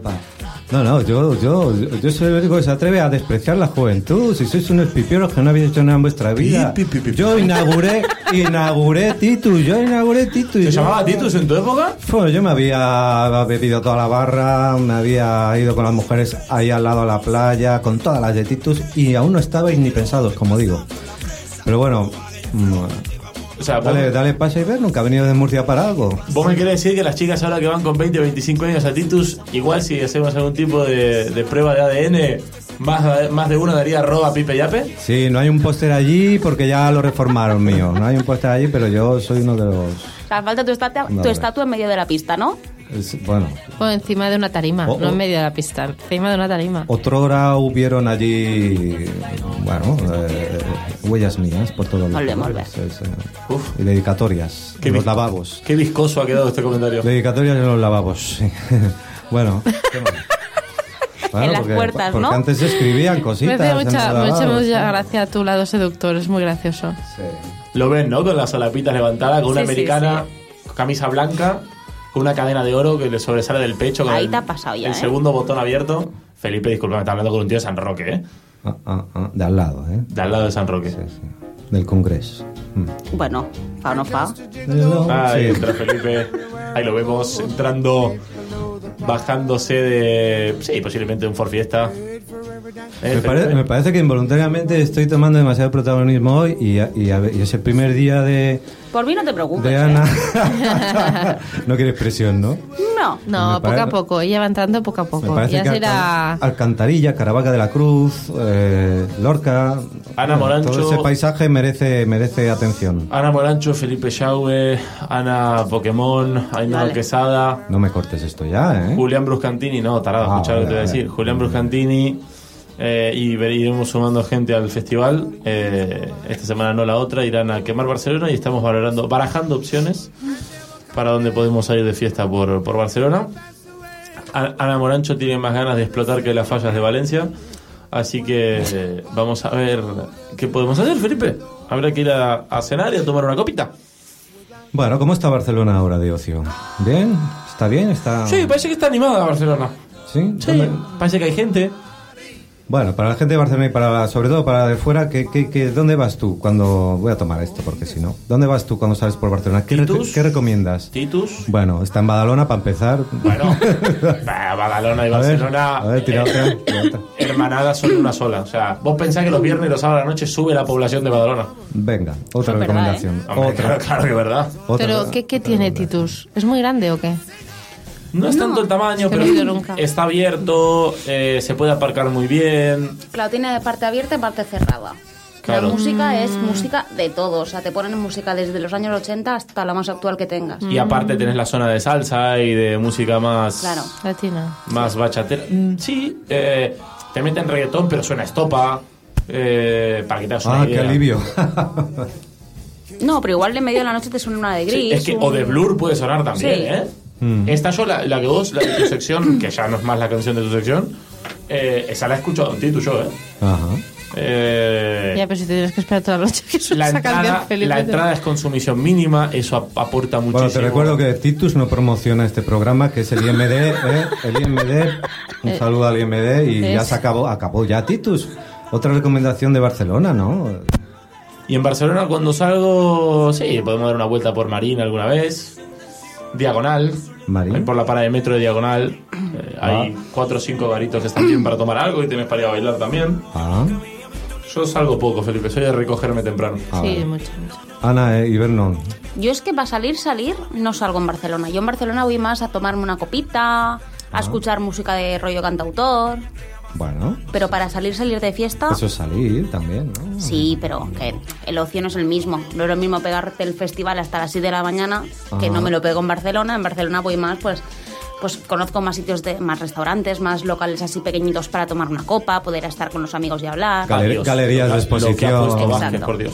S4: No, no, yo, yo, yo soy el único que se atreve a despreciar la juventud. Si sois unos pipioros que no habéis hecho nada en vuestra vida.
S3: Pi, pi, pi, pi.
S4: Yo inauguré, inauguré Titus, yo inauguré Titus.
S3: ¿Te
S4: Yo-
S3: llamaba Titus en tu época?
S4: Bueno, yo me había bebido toda la barra, me había ido con las mujeres ahí al lado a la playa, con todas las de Titus, y aún no estabais ni pensados, como digo. Pero bueno, mm,
S3: O sea, vos,
S4: dale, dale pase y ver, nunca ha venido de Murcia para algo.
S3: vos me querés decir que las chicas ahora que van con 20, 25 años a Titus, igual si hacemos algún tipo de, de prueba de ADN, más, más de uno daría arroba pipe yape.
S4: Sí, no hay un póster allí porque ya lo reformaron mío. No hay un póster allí, pero yo soy uno de los...
S11: O sea, falta tu, estatua, tu
S4: Vale.
S11: estatua en medio de la pista, ¿no?
S4: es- bueno,
S5: O encima de una tarima,
S4: Oh,
S5: no
S4: oh.
S5: en medio de la pista, encima de una tarima.
S4: otrora hubieron allí, bueno, eh, huellas mías por todos los
S11: Molde,
S4: lados.
S11: molde.
S4: Es, eh,
S3: Uf.
S4: Y dedicatorias,
S3: Qué
S4: en los
S3: vis-
S4: lavabos.
S3: Qué viscoso ha quedado este comentario.
S4: Dedicatorias en los lavabos, sí. bueno. ¿qué más? Bueno,
S11: En las puertas,
S4: porque
S11: ¿no?
S4: antes escribían cositas.
S5: me hace
S4: en
S5: mucha,
S4: los
S5: me hace
S4: lavabos,
S5: mucha
S4: sí.
S5: gracia a tu lado seductor, es muy gracioso.
S4: Sí.
S3: Lo ven, ¿no? Con las solapitas levantadas, con una
S5: Sí, sí,
S3: americana, camisa blanca, con una cadena de oro que le sobresale del pecho. Con
S11: Ahí
S3: el,
S11: te ha pasado ya,
S3: El
S11: ¿eh?
S3: segundo botón abierto. Felipe, disculpame, está hablando con un tío de San Roque, ¿eh?
S4: Ah, ah, ah, de al lado, ¿eh?
S3: De al lado de San Roque.
S4: Sí, sí. Del Congreso. Mm.
S11: Bueno, fa o no fa.
S3: Ahí
S4: Sí.
S3: Ah, entra Felipe. Ahí lo vemos entrando, bajándose de. Sí, posiblemente de un Ford Fiesta.
S4: Me, pare- me parece que involuntariamente estoy tomando demasiado protagonismo hoy y, a- y, a ver- y es el primer día de,
S11: Por mí no te preocupes.
S4: de
S11: ¿eh?
S4: Ana. no quieres presión, ¿no?
S11: No.
S5: No,
S4: Me
S5: poco
S4: pare-
S5: a poco, ella va entrando poco a
S4: Me
S5: poco.
S4: parece
S5: Ya
S4: que
S5: será.
S4: Alca- Alcantarilla, Caravaca de la Cruz, eh, Lorca.
S3: Ana
S4: bueno,
S3: Morancho.
S4: Todo ese paisaje merece, merece atención.
S3: Ana Morancho, Felipe Yaue, Ana Pokémon, Ainhoa
S11: Vale.
S3: Quesada,
S4: No me cortes esto ya, ¿eh?
S3: Julián Bruscantini, no, tarado,
S4: Ah,
S3: escuchá lo que te voy a
S4: vale,
S3: decir.
S4: vale.
S3: Julián Bruscantini, eh, y ver- iremos sumando gente al festival. eh, esta semana no la otra, irán a quemar Barcelona y estamos valorando, barajando opciones para dónde podemos salir de fiesta por, por Barcelona. A- Ana Morancho tiene más ganas de explotar que las fallas de Valencia. Así que eh, vamos a ver qué podemos hacer, Felipe. Habrá que ir a, a cenar y a tomar una copita.
S4: Bueno, ¿cómo está Barcelona ahora de ocio? ¿Bien? ¿Está bien? ¿Está...
S3: Sí, parece que está animada Barcelona.
S4: ¿Sí?
S3: Sí,
S4: ¿Dónde-
S3: parece que hay gente.
S4: Bueno, para la gente de Barcelona y para, sobre todo para la de fuera, ¿qué, qué, qué- dónde vas tú cuando... Voy a tomar esto porque si no. ¿Dónde vas tú cuando sales por Barcelona? ¿Qué, re-
S3: Titus.
S4: qué recomiendas?
S3: Titus.
S4: Bueno, está en Badalona para empezar.
S3: Bueno, bah, Badalona y
S4: A ver,
S3: Barcelona. eh,
S4: a ver, tira otra, tira otra.
S3: Hermanadas son una sola. O sea, vos pensás que los viernes y los sábados de la noche sube la población de Badalona.
S4: Venga, otra
S5: Eso es verdad,
S4: recomendación.
S3: Hombre,
S4: Otra,
S3: Claro, claro que verdad.
S4: otra.
S5: Pero, ¿qué, qué tiene Titus? ¿Es muy grande o qué?
S3: No es tanto el tamaño,
S5: es que no he ido
S3: pero
S5: nunca.
S3: está abierto, eh, se puede aparcar muy bien.
S11: Claro, tiene parte abierta y parte cerrada.
S3: Claro.
S11: La música es música de todo, o sea, te ponen música desde los años 80 hasta la más actual que tengas.
S5: Mm.
S3: Y aparte tenés la zona de salsa y de música más,
S11: Claro.
S5: Latina.
S3: más bachatera. Mm, Sí, eh, te meten reggaetón, pero suena estopa. eh, para que te hagas una
S4: Ah, qué
S3: idea.
S4: alivio.
S11: No, pero igual de medio de la noche te suena una de gris.
S3: Sí, es que,
S11: un-
S3: o de Blur puede sonar también,
S11: Sí.
S3: ¿eh?
S4: Mm.
S3: Esta yo, la, la que vos, la de tu sección, que ya no es más la canción de tu sección, eh, esa la he escuchado en Titus yo, ¿eh?
S4: Ajá.
S3: Eh,
S5: Ya, pero si te tienes que esperar toda la noche que suene
S3: la,
S5: esa canción,
S3: entrada,
S5: Felipe.
S3: la entrada es consumición mínima, eso ap- aporta muchísimo.
S4: Bueno, te recuerdo que Titus no promociona este programa, que es el IMD, ¿eh? El IMD. Un saludo al IMD y ya
S5: es-
S4: se acabó, acabó ya Titus. Otra recomendación de Barcelona, ¿no?
S3: Y en Barcelona cuando salgo, sí, podemos dar una vuelta por Marín alguna vez. Diagonal.
S4: Marín. Ah.
S3: Ahí Por la parada de metro de Diagonal. eh, Hay cuatro o cinco garitos que están bien para tomar algo y tenés para ir a bailar también.
S4: Ah,
S3: Yo salgo poco, Felipe, soy de recogerme temprano.
S4: ah,
S5: Sí,
S4: vale.
S5: mucho, mucho.
S4: Ana eh, y Vernon.
S11: Yo es que para salir, salir, no salgo en Barcelona. Yo en Barcelona voy más a tomarme una copita,
S3: Ah.
S11: a escuchar música de rollo cantautor,
S4: Bueno,
S11: pero para salir, salir de fiesta...
S4: eso es salir también, ¿no?
S11: Ah. Sí, pero que el ocio no es el mismo. No es lo mismo pegarte el festival hasta las 6 de la mañana, que
S4: Ah.
S11: no me lo pego en Barcelona. En Barcelona voy más, pues, pues conozco más sitios de más restaurantes, más locales así pequeñitos para tomar una copa, poder estar con los amigos y hablar.
S4: Claro. Galer-
S3: Adiós.
S4: galerías de
S3: Lo que ha- lo que ha
S4: exposición.
S3: puesto Vázquez,
S11: Exacto.
S3: por Dios.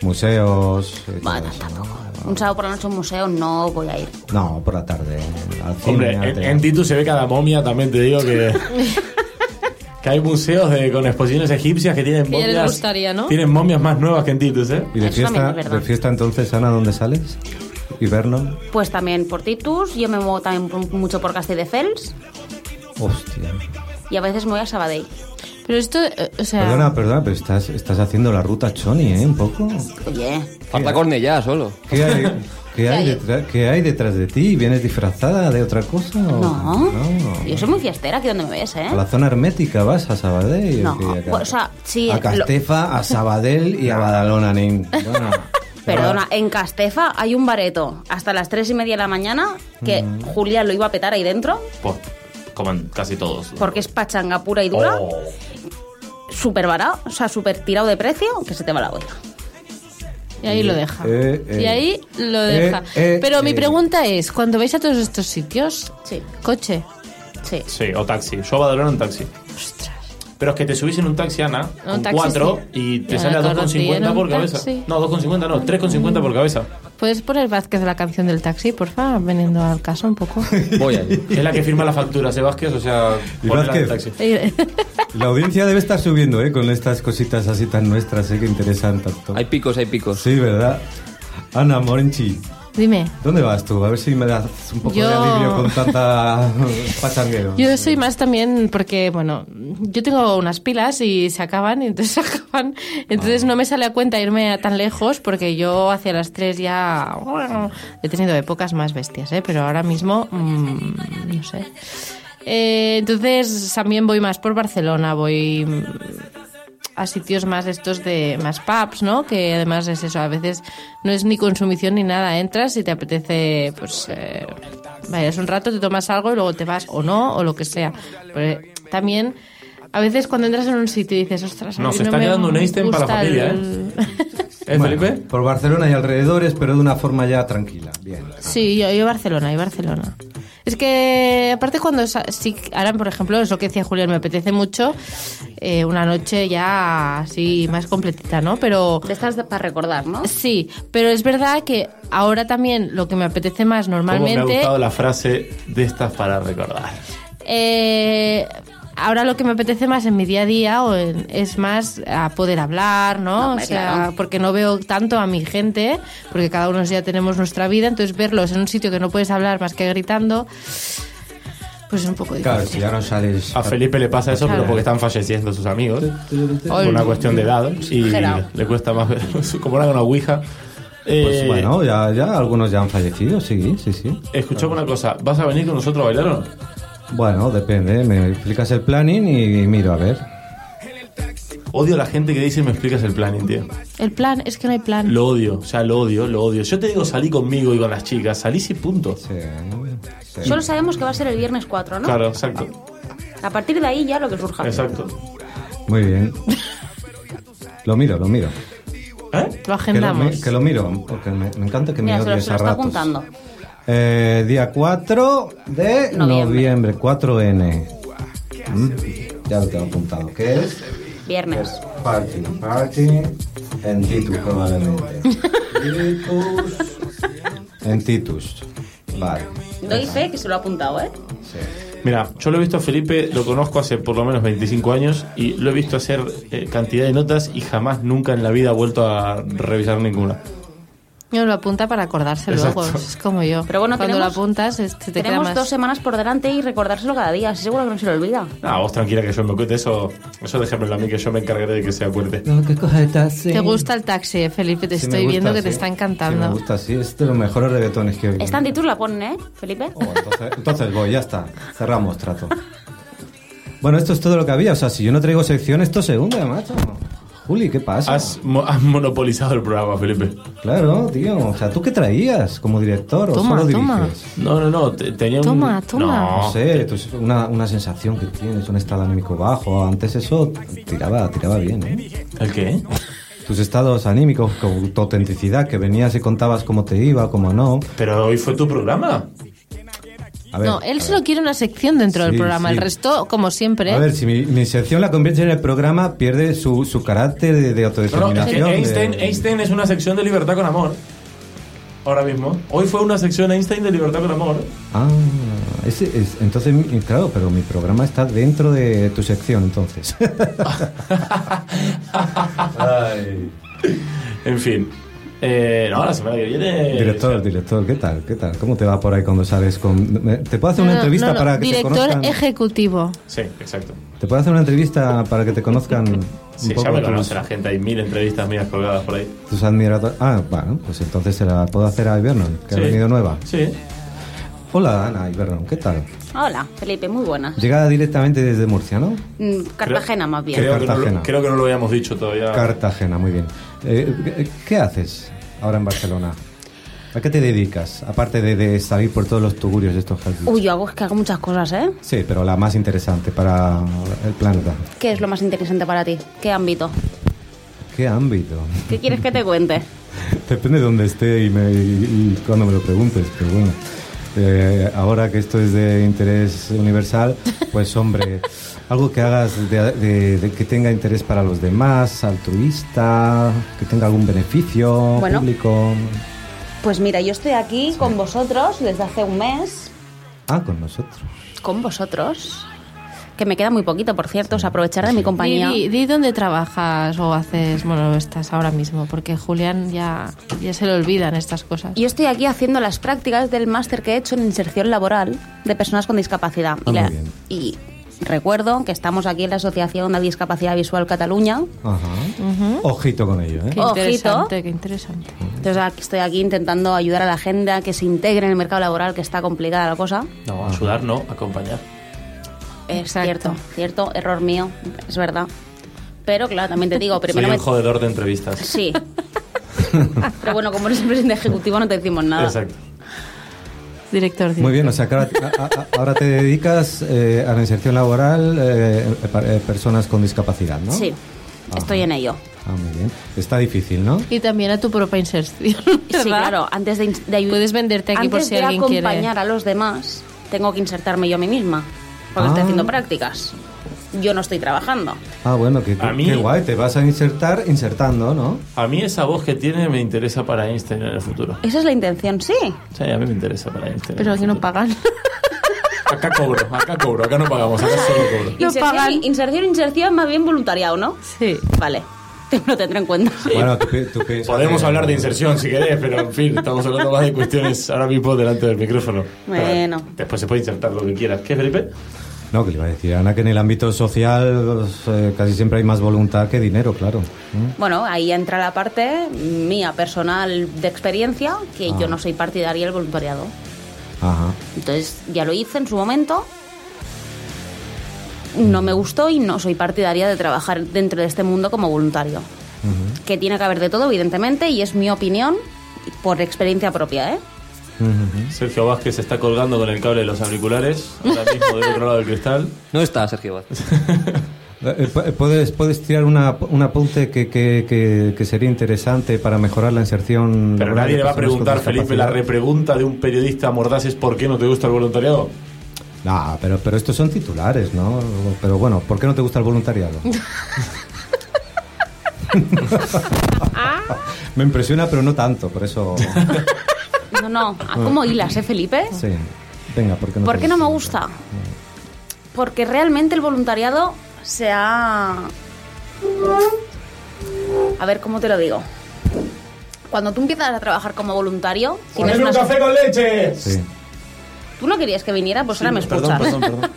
S4: Museos. eh, todo
S11: Bueno,
S4: eso,
S11: tampoco.
S4: ¿no?
S11: Un sábado por la noche a un museo no voy a ir.
S4: No, por la tarde. Al cine,
S3: Hombre,
S4: al
S3: en,
S4: teatro.
S3: en Titus se ve cada momia, también te digo que. que hay museos de- con exposiciones egipcias que tienen
S5: ya
S3: momias.
S5: les gustaría, ¿no?
S3: Tienen momias más nuevas que en Titus, ¿eh?
S4: ¿Y de
S11: Eso también
S4: fiesta,
S11: es verdad.
S4: de fiesta entonces, Ana, dónde sales? ¿Y Vernon?
S11: Pues también por Titus, yo me muevo también por- mucho por Castelldefels
S4: Hostia.
S11: y a veces me voy a Sabadell.
S5: Pero esto, eh, o sea.
S4: Perdona, perdona, pero estás, estás haciendo la ruta Choni, ¿eh? Un poco.
S11: Oye,
S8: Falta Cornellá solo.
S4: ¿Qué hay, qué hay, detrás, qué hay detrás de ti? ¿Vienes disfrazada de otra cosa? o-
S11: no.
S4: no.
S11: Yo soy muy fiestera, aquí donde me ves, ¿eh?
S4: A la zona hermética vas a Sabadell.
S11: No,
S4: ¿o qué? Acá-
S11: pues, o sea, sí,
S4: A
S11: lo-
S4: Castefa, a Sabadell y a Badalona, nin. Bueno,
S11: Perdona, en Castefa hay un bareto hasta las tres y media de la mañana que Julia lo iba a petar ahí dentro
S3: Pues, como en casi todos.
S11: porque es pachanga pura y dura,
S3: Oh.
S11: súper barato, o sea, súper tirado de precio, que se te va la olla.
S5: Y ahí lo deja.
S4: Eh, eh.
S5: y ahí lo
S4: Eh,
S5: deja.
S4: eh,
S5: Pero mi
S4: eh.
S5: pregunta es, cuando vais a todos estos sitios,
S11: Sí,
S5: coche.
S11: sí.
S3: Sí, o taxi. Yo a Badalona en taxi.
S5: Ostras.
S3: Pero es que te subís en un taxi, Ah, Ana,
S5: Un
S3: con
S5: taxi,
S3: cuatro,
S5: sí.
S3: y te
S5: Ya,
S3: sale a
S5: claro,
S3: 2,50
S5: en
S3: por
S5: un
S3: cabeza.
S5: taxi.
S3: No, 2,50 no, 3,50 por cabeza.
S5: ¿Puedes poner Vázquez la canción del taxi, porfa? Veniendo al caso un poco.
S8: Voy ahí.
S3: Es la que firma la factura, ¿eh, Vázquez, o sea,
S4: ¿Y
S3: ponela en el
S4: Vázquez?
S3: taxi.
S5: Eh,
S4: La audiencia debe estar subiendo, ¿eh? Con estas cositas así tan nuestras, ¿eh? Que interesan tanto.
S8: Hay picos, hay picos.
S4: Sí, ¿verdad? Ana Morenchi.
S5: Dime.
S4: ¿Dónde vas tú? A ver si me das un poco
S5: Yo-
S4: de alivio con tanta pachangueo.
S5: Yo soy más también porque, bueno, yo tengo unas pilas y se acaban, y entonces se acaban. Entonces no me sale a cuenta irme a tan lejos porque yo hacia las 3 ya bueno, he tenido épocas más bestias, ¿eh? pero ahora mismo, mm, no sé. Eh, entonces también voy más por Barcelona, voy mm, a sitios más estos de más pubs, ¿no? Que además es eso, a veces no es ni consumición ni nada, entras y te apetece, pues, eh, bailas un rato, te tomas algo y luego te vas o no, o lo que sea. Pero, eh, también a veces cuando entras en un sitio y dices, ostras, a
S3: Nos
S5: mí no
S3: está
S5: me
S3: quedando un Einstein para la
S5: gusta
S3: familia,
S5: el-
S3: ¿Eh,
S4: Bueno,
S3: Felipe?
S4: Por Barcelona y alrededores, pero de una forma ya tranquila. Bien.
S5: Sí, yo, yo Barcelona, yo Barcelona. Es que, aparte, cuando. sa- Sí, ahora, por ejemplo, es lo que decía Julián, me apetece mucho eh, una noche ya así más completita, ¿no? Pero.
S11: De estas de- para recordar, ¿no?
S5: Sí, pero es verdad que ahora también lo que me apetece más
S3: ¿Cómo me ha
S5: normalmente.
S3: gustado la frase de estas para recordar?
S5: eh, ahora lo que me apetece más en mi día a día o en- es más a poder hablar,
S11: No,
S5: ¿no? o
S11: hombre,
S5: sea,
S11: claro.
S5: porque no veo tanto a mi gente, porque cada uno ya tenemos nuestra vida, entonces verlos en un sitio que no puedes hablar más que gritando, pues es un poco difícil.
S4: Claro, si ya no sales.
S3: A Felipe le pasa eso, pero porque están falleciendo sus amigos. Por una cuestión de edad. Y
S11: Gerao.
S3: le cuesta más. Como era una ouija.
S4: Pues
S3: Eh,
S4: bueno, ya, ya algunos ya han fallecido, sí, sí, sí.
S3: Escuchame una cosa, ¿vas a venir con nosotros a bailar o no?
S4: Bueno, depende, ¿eh? me explicas el planning y miro a ver.
S3: Odio a la gente que dice me explicas el planning, tío.
S5: El plan es que no hay plan.
S3: Lo odio, o sea, lo odio, lo odio. Yo te digo salí conmigo y con las chicas, salís y punto.
S4: Sí, sí.
S11: Solo sabemos que va a ser el viernes 4, ¿no?
S3: Claro, exacto,
S11: A partir de ahí ya lo que
S4: Ah,
S11: surja.
S3: exacto.
S4: Muy bien. Lo miro, lo miro.
S3: ¿Eh?
S5: Lo
S4: Que lo, mi-
S5: agendamos.
S4: que lo miro, porque me, me encanta que
S11: Mira,
S4: me
S11: se lo,
S4: odies
S11: se lo
S4: a
S11: está
S4: ratos.
S11: apuntando.
S4: Eh, día 4 de
S11: Noviembre.
S4: noviembre, 4N. Mm, Ya lo tengo apuntado. ¿Qué es?
S11: Viernes.
S4: Party, party en Titus probablemente. Titus. En Titus. Vale.
S11: Doy fe que se lo ha apuntado, ¿eh?
S4: Sí.
S3: Mira, yo lo he visto a Felipe, lo conozco hace por lo menos 25 años y lo he visto hacer eh, cantidad de notas y jamás nunca en la vida ha vuelto a revisar ninguna.
S5: Yo lo apunta para acordarse
S3: Exacto.
S5: luego, es como yo.
S11: Pero bueno,
S5: cuando
S11: tenemos-
S5: lo apuntas es- se te queda
S11: Tenemos
S5: más-
S11: dos semanas por delante y recordárselo cada día. Así seguro que no se lo olvida.
S3: Ah, vos tranquila que yo me cuente eso, eso déjamelo a mí que yo me encargaré de que se acuerde.
S5: Te gusta el taxi, eh, Felipe, te
S4: Sí, me
S5: estoy
S4: gusta,
S5: viendo que te
S4: sí.
S5: está
S4: Sí,
S5: encantando.
S4: me gusta, sí. Es de los mejores reggaetones que he oído.
S11: Está en título, la ponen, ¿eh, Felipe?
S4: Oh, entonces, entonces voy, ya está. Cerramos, trato. Bueno, esto es todo lo que había. O sea, si yo no traigo sección, esto se hunde, macho. Juli, ¿qué pasa?
S3: Has, mo- has monopolizado el programa, Felipe.
S4: Claro, tío. O sea, ¿tú qué traías como director o
S5: Toma,
S4: solo
S5: toma.
S4: diriges?
S3: No, no, no, te- tenía un...
S5: Toma, toma.
S4: No
S3: No.
S4: sé, tú- una, una sensación que tienes, un estado anímico bajo. Antes eso tiraba, tiraba bien, ¿eh?
S3: ¿El qué?
S4: Tus estados anímicos, con tu autenticidad, que venías y contabas cómo te iba, cómo no.
S3: Pero hoy fue tu programa.
S4: A ver,
S5: no, él
S4: a
S5: solo
S4: ver.
S5: quiere una sección dentro del
S4: Sí,
S5: programa.
S4: sí.
S5: El resto, como siempre.
S4: A ver, si mi, mi sección la convierte en el programa, pierde su, su carácter de, de
S3: No, no, es que
S4: autodeterminación. de-
S3: Einstein, Einstein es una sección de libertad con amor. Ahora mismo. Hoy fue una sección Einstein de libertad con amor.
S4: Ah, ese es- entonces, mi- claro, pero mi programa está dentro de tu sección, entonces.
S3: En fin. Eh, no, la semana que viene.
S4: Director, director, ¿qué tal? ¿Qué tal? ¿Cómo te va por ahí cuando sales con...? me- ¿Te puedo hacer
S5: No,
S4: una
S5: no,
S4: entrevista
S5: no, no,
S4: para que
S5: Director
S4: te conozcan?
S5: ejecutivo.
S3: Sí, exacto.
S4: ¿Te puedo hacer una entrevista para que te conozcan un
S3: Sí,
S4: poco
S3: ya me
S4: tus-
S3: conoce la gente. Hay mil entrevistas mías colgadas por ahí.
S4: tus admiradores? Ah, bueno, pues entonces se la puedo hacer a Ibernon, que
S3: Sí.
S4: ha venido nueva.
S3: Sí.
S4: Hola, Ana Ibernon, ¿qué tal?
S11: Hola, Felipe, muy buena.
S4: Llegada directamente desde Murcia, ¿no?
S11: Mm, Cartagena, más bien.
S3: Creo que, no, lo-
S4: Cartagena.
S3: creo que no lo habíamos dicho todavía.
S4: Cartagena, muy bien. Eh, ¿qué- ¿Qué haces ahora en Barcelona? ¿A qué te dedicas? Aparte de, de salir por todos los tugurios de estos jardines.
S11: Uy, yo hago, es que hago muchas cosas, ¿eh?
S4: Sí, pero la más interesante para el planeta.
S11: ¿Qué es lo más interesante para ti? ¿Qué ámbito?
S4: ¿Qué ámbito?
S11: ¿Qué quieres que te cuente?
S4: Depende de dónde esté y, me, y- y cuando me lo preguntes, pero bueno. Eh, ahora que esto es de interés universal, pues hombre, algo que hagas de- de- de que tenga interés para los demás, altruista, que tenga algún beneficio
S11: Bueno.
S4: público.
S11: Pues mira, yo estoy aquí con vosotros desde hace un mes.
S4: Ah, con nosotros.
S11: ¿Con vosotros? Que me queda muy poquito, por cierto, o sea, aprovechar de mi
S5: Di,
S11: compañía.
S5: di- di dónde trabajas o haces, bueno, estás ahora mismo, porque Julián ya, ya se le olvidan estas cosas.
S11: Yo estoy aquí haciendo las prácticas del máster que he hecho en inserción laboral de personas con discapacidad.
S4: Ah,
S11: y,
S4: muy
S11: la-
S4: bien.
S11: y recuerdo que estamos aquí en la Asociación de Discapacidad Visual Cataluña.
S4: Ajá. Ojito con ello,
S5: Qué
S4: ¿eh?
S11: Ojito.
S5: interesante, qué interesante.
S11: Entonces aquí estoy aquí intentando ayudar a la gente a que se integre en el mercado laboral, que está complicada la cosa.
S3: No, ayudar no, acompañar.
S11: Es
S5: Exacto.
S11: cierto, cierto, error mío, es verdad. Pero claro, también te digo,
S3: Soy
S11: primero
S3: un
S11: me...
S3: jodedor de entrevistas.
S11: Sí. Pero bueno, como eres el presidente ejecutivo no te decimos nada.
S3: Exacto.
S5: Director, director.
S4: Muy bien, o sea, que ahora, a- a- ahora te dedicas eh, a la inserción laboral eh, para, eh, personas con discapacidad, ¿no?
S11: Sí,
S4: Ajá.
S11: estoy en ello.
S4: Ah, muy bien. Está difícil, ¿no?
S5: Y también a tu propia inserción. ¿verdad?
S11: Sí, claro, antes de, ins- de ayu-
S5: Puedes venderte aquí por
S11: antes
S5: si
S11: de
S5: alguien quiere.
S11: acompañar a los demás, tengo que insertarme yo a mí misma. Porque estoy
S4: Ah.
S11: haciendo prácticas. Yo no estoy trabajando.
S4: Ah, bueno, que,
S3: A mí-
S4: qué guay, te vas a insertar insertando, ¿no?
S3: A mí esa voz que tiene me interesa para Einstein en el futuro.
S11: Esa es la intención, sí.
S3: Sí, a mí me interesa para Einstein. en
S5: Pero
S3: el
S5: aquí no
S3: futuro.
S5: pagan.
S3: Acá cobro, acá cobro, acá no pagamos, acá solo cobro.
S5: No
S11: inserción,
S5: pagan.
S11: inserción, inserción, más bien voluntariado, ¿no?
S5: Sí.
S11: Vale, lo tendré en cuenta.
S4: Bueno, tú pi- tú piensas
S3: Podemos
S4: que- eh,
S3: hablar de inserción si querés, pero en fin, estamos hablando más de cuestiones ahora mismo delante del micrófono.
S11: Bueno.
S3: Pero Después se puede insertar lo que quieras. ¿Qué, Felipe?
S4: No, que le iba a decir, Ana, que en el ámbito social eh, casi siempre hay más voluntad que dinero, claro. ¿Mm?
S11: Bueno, ahí entra la parte mía personal de experiencia, que yo no soy partidaria del voluntariado.
S4: Ajá.
S11: Entonces ya lo hice en su momento. No me gustó y no soy partidaria de trabajar dentro de este mundo como voluntario. Que tiene que haber de todo, evidentemente, y es mi opinión por experiencia propia, ¿eh?
S4: Ujú.
S3: Sergio Vázquez se está colgando con el cable de los auriculares, ahora mismo del otro lado del cristal.
S8: No está Sergio Vázquez.
S4: Eh, eh, ¿Puedes, puedes tirar una, un apunte que, que, que, que sería interesante para mejorar la inserción.
S3: Pero
S4: laboral
S3: nadie
S4: de
S3: le va a
S4: personas con
S3: preguntar, Felipe, la
S4: discapacidad?
S3: repregunta de un periodista mordaz es ¿por qué no te gusta el voluntariado?
S4: No, pero, pero estos son titulares, ¿no? Pero bueno, ¿por qué no te gusta el voluntariado? Me impresiona, pero no tanto, por eso.
S11: No, no, ah, como hilas, ¿eh, Felipe?
S4: Sí. Venga, ¿por qué no,
S11: ¿Por
S4: te
S11: qué no me gusta? Porque realmente el voluntariado se ha... A ver, ¿cómo te lo digo? Cuando tú empiezas a trabajar como voluntario, tienes una-
S3: con leche!
S4: Sí.
S11: Tú no querías que viniera, pues ahora me escuchas.
S3: Perdón, perdón, perdón.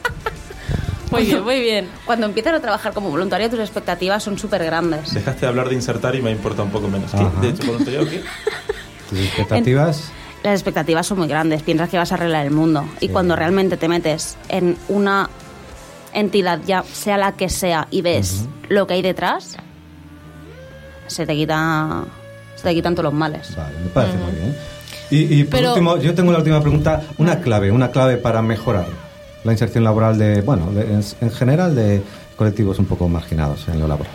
S5: Muy bien, muy bien.
S11: Cuando empiezas a trabajar como voluntario, tus expectativas son súper grandes.
S3: Dejaste de hablar de insertar y me importa un poco menos. ¿Qué?
S4: Ajá.
S3: ¿De hecho, voluntariado qué?
S4: ¿Tus expectativas?
S11: Las expectativas son muy grandes, piensas que vas a arreglar el mundo. Y cuando realmente te metes en una entidad, ya sea la que sea, y ves lo que hay detrás, se te quita. Se te quitan todos los males.
S4: Vale, me parece
S11: Mm.
S4: muy bien. Y, y por
S5: Pero-
S4: último, yo tengo la última pregunta. Una clave, una clave para mejorar la inserción laboral de, bueno, de- en, en general de colectivos un poco marginados en lo laboral.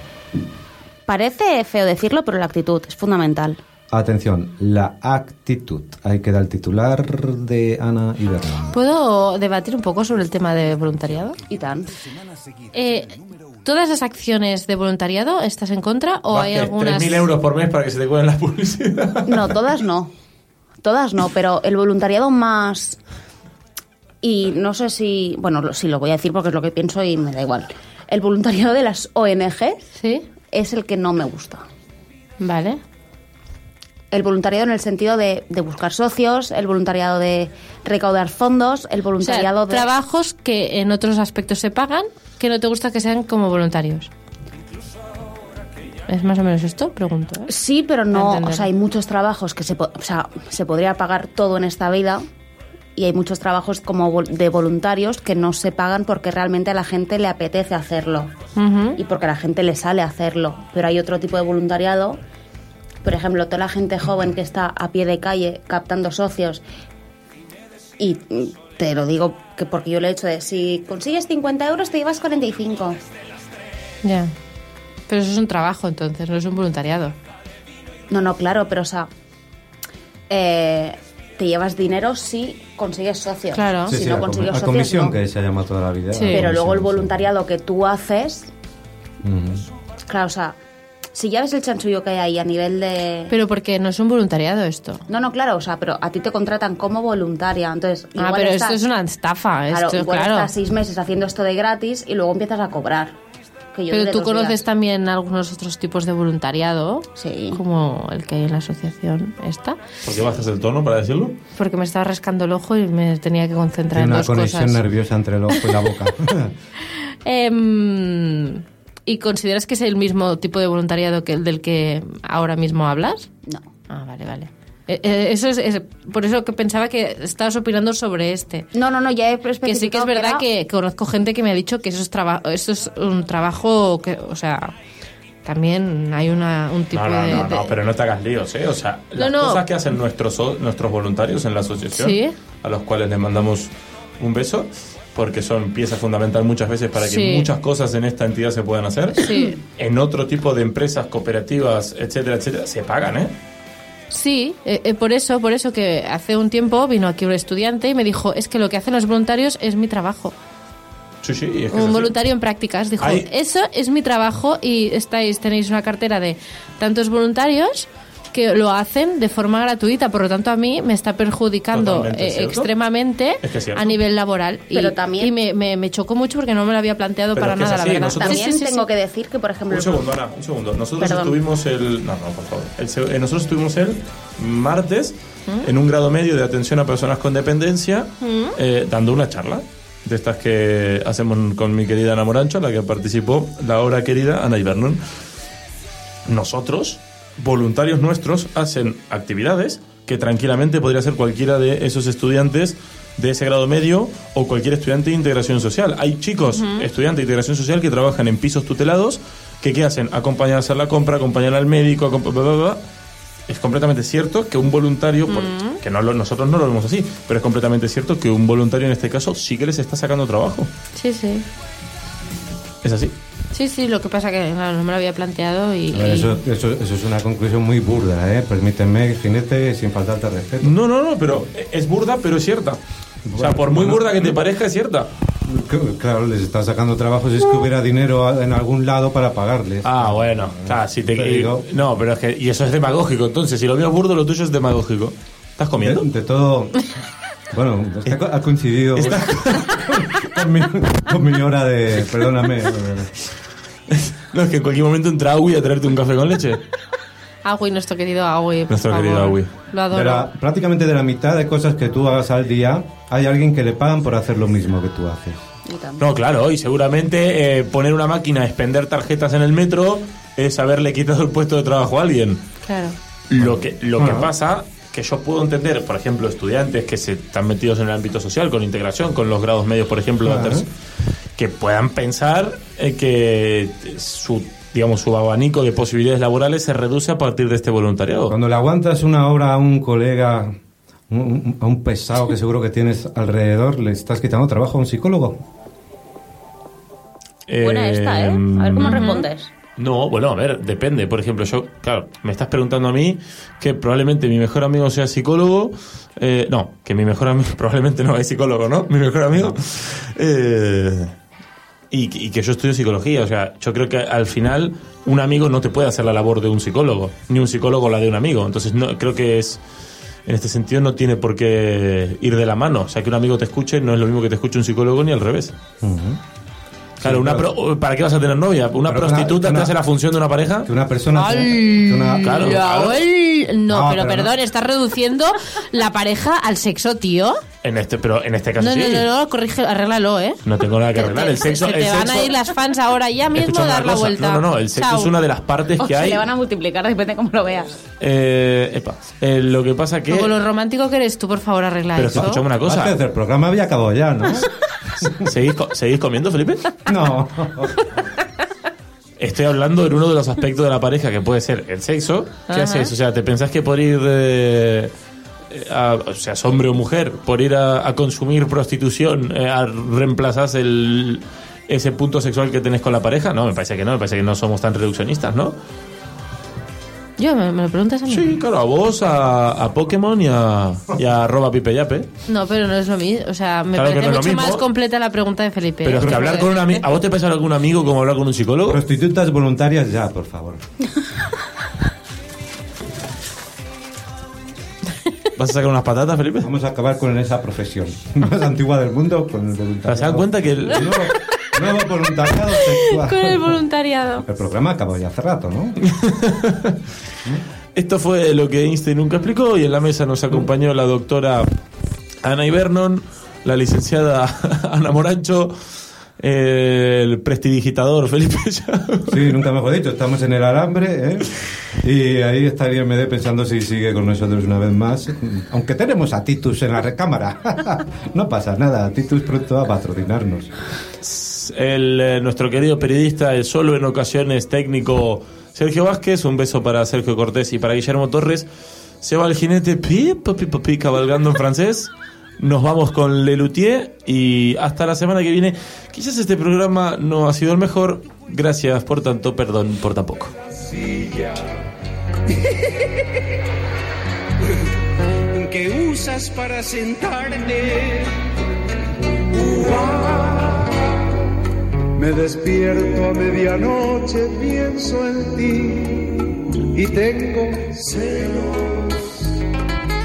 S11: Parece feo decirlo, pero la actitud es fundamental.
S4: Atención, la actitud. Ahí queda el titular de Ana y Bernardo.
S5: ¿Puedo debatir un poco sobre el tema de voluntariado?
S11: Y tan.
S5: Eh, ¿Todas las acciones de voluntariado estás en contra o hay
S3: Vázquez,
S5: algunas...
S3: 3.000 euros por mes para que se te cubran las publicidades.
S11: No, todas no. Todas no, pero el voluntariado más. Y no sé si. Bueno, lo- sí lo voy a decir porque es lo que pienso y me da igual. El voluntariado de las ONG
S5: Sí,
S11: es el que no me gusta.
S5: vale.
S11: El voluntariado en el sentido de, de buscar socios, el voluntariado de recaudar fondos, el
S5: O sea,
S11: voluntariado de.
S5: trabajos que en otros aspectos se pagan que no te gusta que sean como voluntarios. ¿Es más o menos esto? Pregunto. ¿eh?
S11: Sí, pero
S5: Para
S11: no.
S5: entender.
S11: O sea, hay muchos trabajos que se, po- o sea, se podría pagar todo en esta vida y hay muchos trabajos como vol- de voluntarios que no se pagan porque realmente a la gente le apetece hacerlo
S5: Ujú.
S11: y porque a la gente le sale hacerlo. Pero hay otro tipo de voluntariado, por ejemplo, toda la gente joven que está a pie de calle captando socios y mm, te lo digo que porque yo le he hecho de si consigues 50 euros te llevas 45.
S5: Ya. Pero eso es un trabajo entonces, no es un voluntariado.
S11: No, no, claro, pero o sea, eh, te llevas dinero si consigues socios.
S5: Claro.
S11: Ah, Si
S4: Sí, sí,
S11: no
S4: la,
S11: consigues
S4: comi- la
S11: socios,
S4: comisión
S11: no.
S4: que se ha llamado toda la vida.
S5: Sí.
S4: la
S11: Pero luego
S4: comisión,
S11: el
S4: sí.
S11: voluntariado que tú haces,
S4: Ujú.
S11: claro, o sea, si ya ves el chanchullo que hay ahí a nivel de...
S5: Pero porque no es un voluntariado esto.
S11: No, no, claro, o sea, pero a ti te contratan como voluntaria, entonces...
S5: Ah,
S11: igual
S5: pero
S11: estás-
S5: esto es una estafa,
S11: Claro,
S5: esto,
S11: igual
S5: claro.
S11: estás seis meses haciendo esto de gratis y luego empiezas a cobrar. Que yo
S5: Pero
S11: duré
S5: tú
S11: dos
S5: conoces
S11: días.
S5: también algunos otros tipos de voluntariado,
S11: Sí.
S5: como el que hay en la asociación esta,
S3: ¿Por qué bajas el tono para decirlo?
S5: porque me estaba rascando el ojo y me tenía que
S4: Tiene
S5: concentrar en
S4: una
S5: dos
S4: conexión
S5: cosas.
S4: nerviosa entre el ojo y la boca.
S5: Em, ¿Y consideras que es el mismo tipo de voluntariado que el del que ahora mismo hablas?
S11: No.
S5: Ah, vale, vale. Eh, eh, eso es, es- por eso que pensaba que estabas opinando sobre este.
S11: No, no, no, ya he
S5: Que sí que es
S11: especificado
S5: verdad
S11: era-
S5: que conozco gente que me ha dicho que eso es, traba- eso es un trabajo que, o sea, también hay una, un tipo
S3: No, no,
S5: de...
S3: no, no,
S5: de-
S3: pero no te hagas líos, ¿eh? O sea, las
S5: No, no.
S3: cosas que hacen nuestros, o- nuestros voluntarios en la asociación,
S5: Sí.
S3: a los cuales les mandamos un beso, porque son pieza fundamental muchas veces para que
S5: Sí.
S3: muchas cosas en esta entidad se puedan hacer.
S5: Sí.
S3: En otro tipo de empresas, cooperativas, etcétera, etcétera, se pagan, ¿eh?
S5: Sí, eh, eh, por eso, por eso que hace un tiempo vino aquí un estudiante y me dijo, es que lo que hacen los voluntarios es mi trabajo.
S3: Sí, sí, y es que es
S5: Un
S3: así.
S5: voluntario en prácticas dijo,
S3: Hay-
S5: eso es mi trabajo y estáis tenéis una cartera de tantos voluntarios que lo hacen de forma gratuita, por lo tanto a mí me está perjudicando
S3: Totalmente
S5: eh,
S3: cierto.
S5: extremadamente
S3: Es que es cierto.
S5: a nivel laboral y,
S11: Pero también-
S5: y me, me- me chocó mucho porque no me lo había planteado
S3: Pero
S5: para
S3: es que es
S5: nada,
S3: así,
S5: la verdad.
S3: nosotros-
S11: También
S5: Sí, sí, sí,
S11: tengo
S5: sí.
S11: que decir que, por ejemplo,
S3: Un segundo, Ana, un segundo. Nosotros
S11: Perdón.
S3: estuvimos el. No, no, por favor. El se- eh, nosotros estuvimos el martes
S5: ¿Mm?
S3: en un grado medio de atención a personas con dependencia eh, dando una charla de estas que hacemos con mi querida Ana Morancho, la que participó, la hora querida Ana Ibernon. Nosotros, voluntarios nuestros, hacen actividades que tranquilamente podría hacer cualquiera de esos estudiantes de ese grado medio o cualquier estudiante de integración social. Hay chicos, estudiantes de integración social, que trabajan en pisos tutelados, que ¿qué hacen? Acompañar a hacer la compra, acompañar al médico, acompa- bla, bla, bla. Es completamente cierto que un voluntario, por- que no lo- nosotros no lo vemos así, pero es completamente cierto que un voluntario en este caso sí que les está sacando trabajo.
S5: Sí, sí.
S3: Es así.
S5: Sí, sí, lo que pasa que claro, no me lo había planteado y...
S4: A ver, Eso, eso, eso es una conclusión muy burda, ¿eh? Permíteme, jinete, sin faltarte al respeto.
S3: No, no, no, pero es burda, pero es cierta. o sea, por muy burda que te parezca, es cierta.
S4: C- Claro, les está sacando trabajo si es que hubiera dinero a- en algún lado para pagarles.
S3: Ah, bueno. Claro, si te,
S4: Te digo.
S3: no, pero es que. Y eso es demagógico, entonces. Si lo mío es burdo, lo tuyo es demagógico. ¿Estás
S4: de,
S3: comiendo?
S4: de todo. Bueno, está co- ha coincidido con, mi, con mi hora de. Perdóname.
S3: No, es que en cualquier momento entra Agui a traerte un café con leche.
S5: Agui, nuestro querido Agui. por
S3: Nuestro
S5: favor.
S3: querido Agui.
S5: Lo adoro.
S4: De la- prácticamente de la mitad de cosas que tú hagas al día, hay alguien que le pagan por hacer lo mismo que tú haces.
S11: y también.
S3: No, claro, y seguramente eh, poner una máquina, expender tarjetas en el metro, es haberle quitado el puesto de trabajo a alguien.
S5: Claro.
S3: Lo que, lo
S4: Bueno.
S3: que pasa, que yo puedo entender, por ejemplo, estudiantes que se están metidos en el ámbito social, con integración, con los grados medios, por ejemplo, de
S4: Claro.
S3: tercio, que puedan pensar eh, que su digamos su abanico de posibilidades laborales se reduce a partir de este voluntariado.
S4: Cuando le aguantas una hora a un colega, un- un- a un pesado que seguro que tienes alrededor, le estás quitando trabajo a un psicólogo.
S11: Buena esta, ¿eh? A ver cómo
S3: Em,
S11: respondes.
S3: No, bueno, a ver, depende. Por ejemplo, yo, claro, me estás preguntando a mí que probablemente mi mejor amigo sea psicólogo. eh, no, que mi mejor amigo probablemente no es psicólogo, ¿no? Mi mejor amigo. Eh, y, que- y que yo estudio psicología. O sea, yo creo que al final un amigo no te puede hacer la labor de un psicólogo, ni un psicólogo la de un amigo. Entonces, no, creo que es. En este sentido, no tiene por qué ir de la mano. O sea, que un amigo te escuche no es lo mismo que te escuche un psicólogo ni al revés. Claro, una
S4: claro.
S3: pro- ¿para qué vas a tener novia? ¿Una
S4: Pero
S3: prostituta
S4: una-
S3: te
S4: una-
S3: hace la función de una pareja?
S4: Que una persona. que una-
S3: Ah, Claro, claro. Ah,
S5: No,
S4: No, pero
S5: pero,
S4: no.
S5: perdón, estás reduciendo la pareja al sexo, tío.
S3: En este, pero en este caso
S5: No,
S3: sí.
S5: no, no, no, corrige, arréglalo, ¿eh.
S3: No tengo nada que arreglar. El
S5: Te-
S3: sexo.
S5: que
S3: el
S5: te van
S3: sexo-
S5: a ir las fans ahora ya mismo a
S3: Escuchame
S5: dar
S3: una
S5: la
S3: cosa.
S5: vuelta. Oh,
S3: No, no, no. El sexo
S5: Chao.
S3: es una de las partes
S11: O
S3: que
S11: se
S3: hay.
S11: le van a multiplicar, depende cómo lo veas.
S3: Eh, epa, eh, lo que pasa que.
S5: Como lo romántico que eres tú, por favor, arregla
S3: Pero
S5: eso.
S3: escuchame una
S4: Antes
S3: cosa.
S4: del programa había acabado ya, ¿no?
S3: ¿Seguís, co- ¿Seguís comiendo, Felipe?
S4: no.
S3: Estoy hablando en uno de los aspectos de la pareja que puede ser el sexo. ¿Qué
S5: Ajá.
S3: haces? O sea, ¿te pensás que por ir. eh, a- o sea, hombre o mujer, por ir a, a consumir prostitución, eh, a- reemplazás el, ese punto sexual que tenés con la pareja? No, me parece que no, me parece que no somos tan reduccionistas, ¿no?
S5: Yo, ¿me, me lo preguntas a mí?
S3: Sí, claro, a vos, a, a Pokémon y a, y a arroba Pipe Yape.
S5: No, pero no es lo mismo. O sea, me
S3: Claro que
S5: parece
S3: no es
S5: mucho
S3: lo mismo.
S5: más completa la pregunta de Felipe.
S3: Pero es que hablar con un amigo. ¿A vos te parece hablar con un amigo como hablar con un psicólogo?
S4: Prostitutas voluntarias ya, por favor.
S3: ¿Vas a sacar unas patatas, Felipe?
S4: Vamos a acabar con esa profesión más antigua del mundo, con el voluntariado.
S3: ¿Se dan cuenta que el-
S4: Nuevo, nuevo voluntariado sexual.
S5: Con el voluntariado.
S4: El programa acabó ya hace rato, ¿no?
S3: Esto fue lo que Einstein nunca explicó y en la mesa nos acompañó la doctora Ana Ibernon, la licenciada Ana Morancho, el prestidigitador Felipe Llago.
S4: Sí, nunca mejor dicho, estamos en el alambre, ¿eh? Y ahí está el IMD pensando si sigue con nosotros una vez más. Aunque tenemos a Titus en la recámara. no pasa nada, Titus pronto va a patrocinarnos.
S3: El, eh, nuestro querido periodista, el solo en ocasiones técnico Sergio Vázquez. Un beso para Sergio Cortés y para Guillermo Torres. Se va el jinete pi, pi, pi, pi, cabalgando en francés. Nos vamos con Lelutier y hasta la semana que viene. Quizás este programa no ha sido el mejor. Gracias por tanto, perdón por tampoco.
S12: que usas para sentarte. Uva. Me despierto a medianoche, pienso en ti y tengo celos.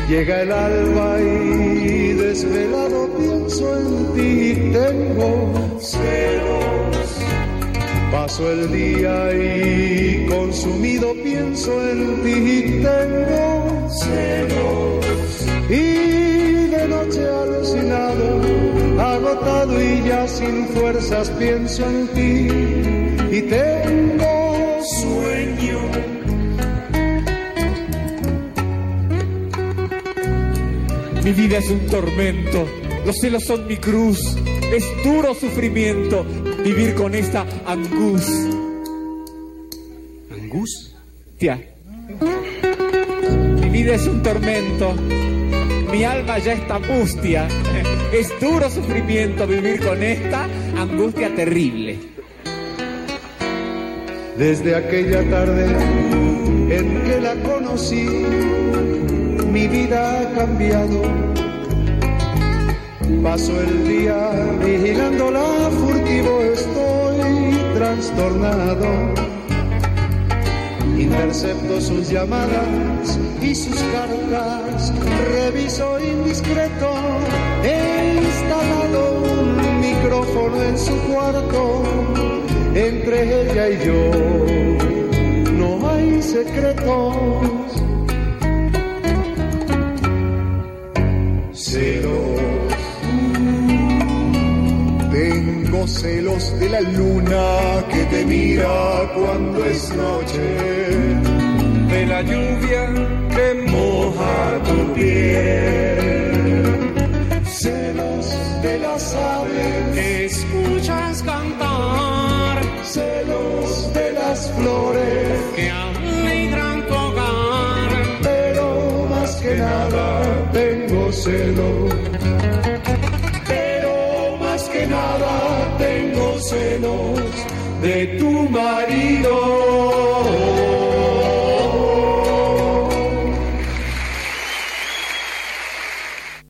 S12: Llega el alba y desvelado pienso en ti y tengo celos. Paso el día y consumido pienso en ti y tengo celos. Y de noche alucinado, agotado y ya sin fuerzas pienso en ti y tengo sueño.
S13: Mi vida es un tormento, los celos son mi cruz, es duro sufrimiento vivir con esta angustia. Mi vida es un tormento, mi alma ya está mustia, es duro sufrimiento vivir con esta angustia terrible.
S12: Desde aquella tarde en que la conocí, mi vida ha cambiado. Paso el día vigilándola, furtivo estoy trastornado. Intercepto sus llamadas y sus cartas, reviso indiscreto. He instalado un micrófono en su cuarto, entre ella y yo no hay secretos.
S2: celos. Uh, Tengo celos de la luna que te mira cuando es noche, de la lluvia que moja tu piel. Celos de las aves que escuchas cantar, celos de las flores que alegran tu hogar, pero más que nada tengo celos. Pero más que nada tengo celos de tu marido.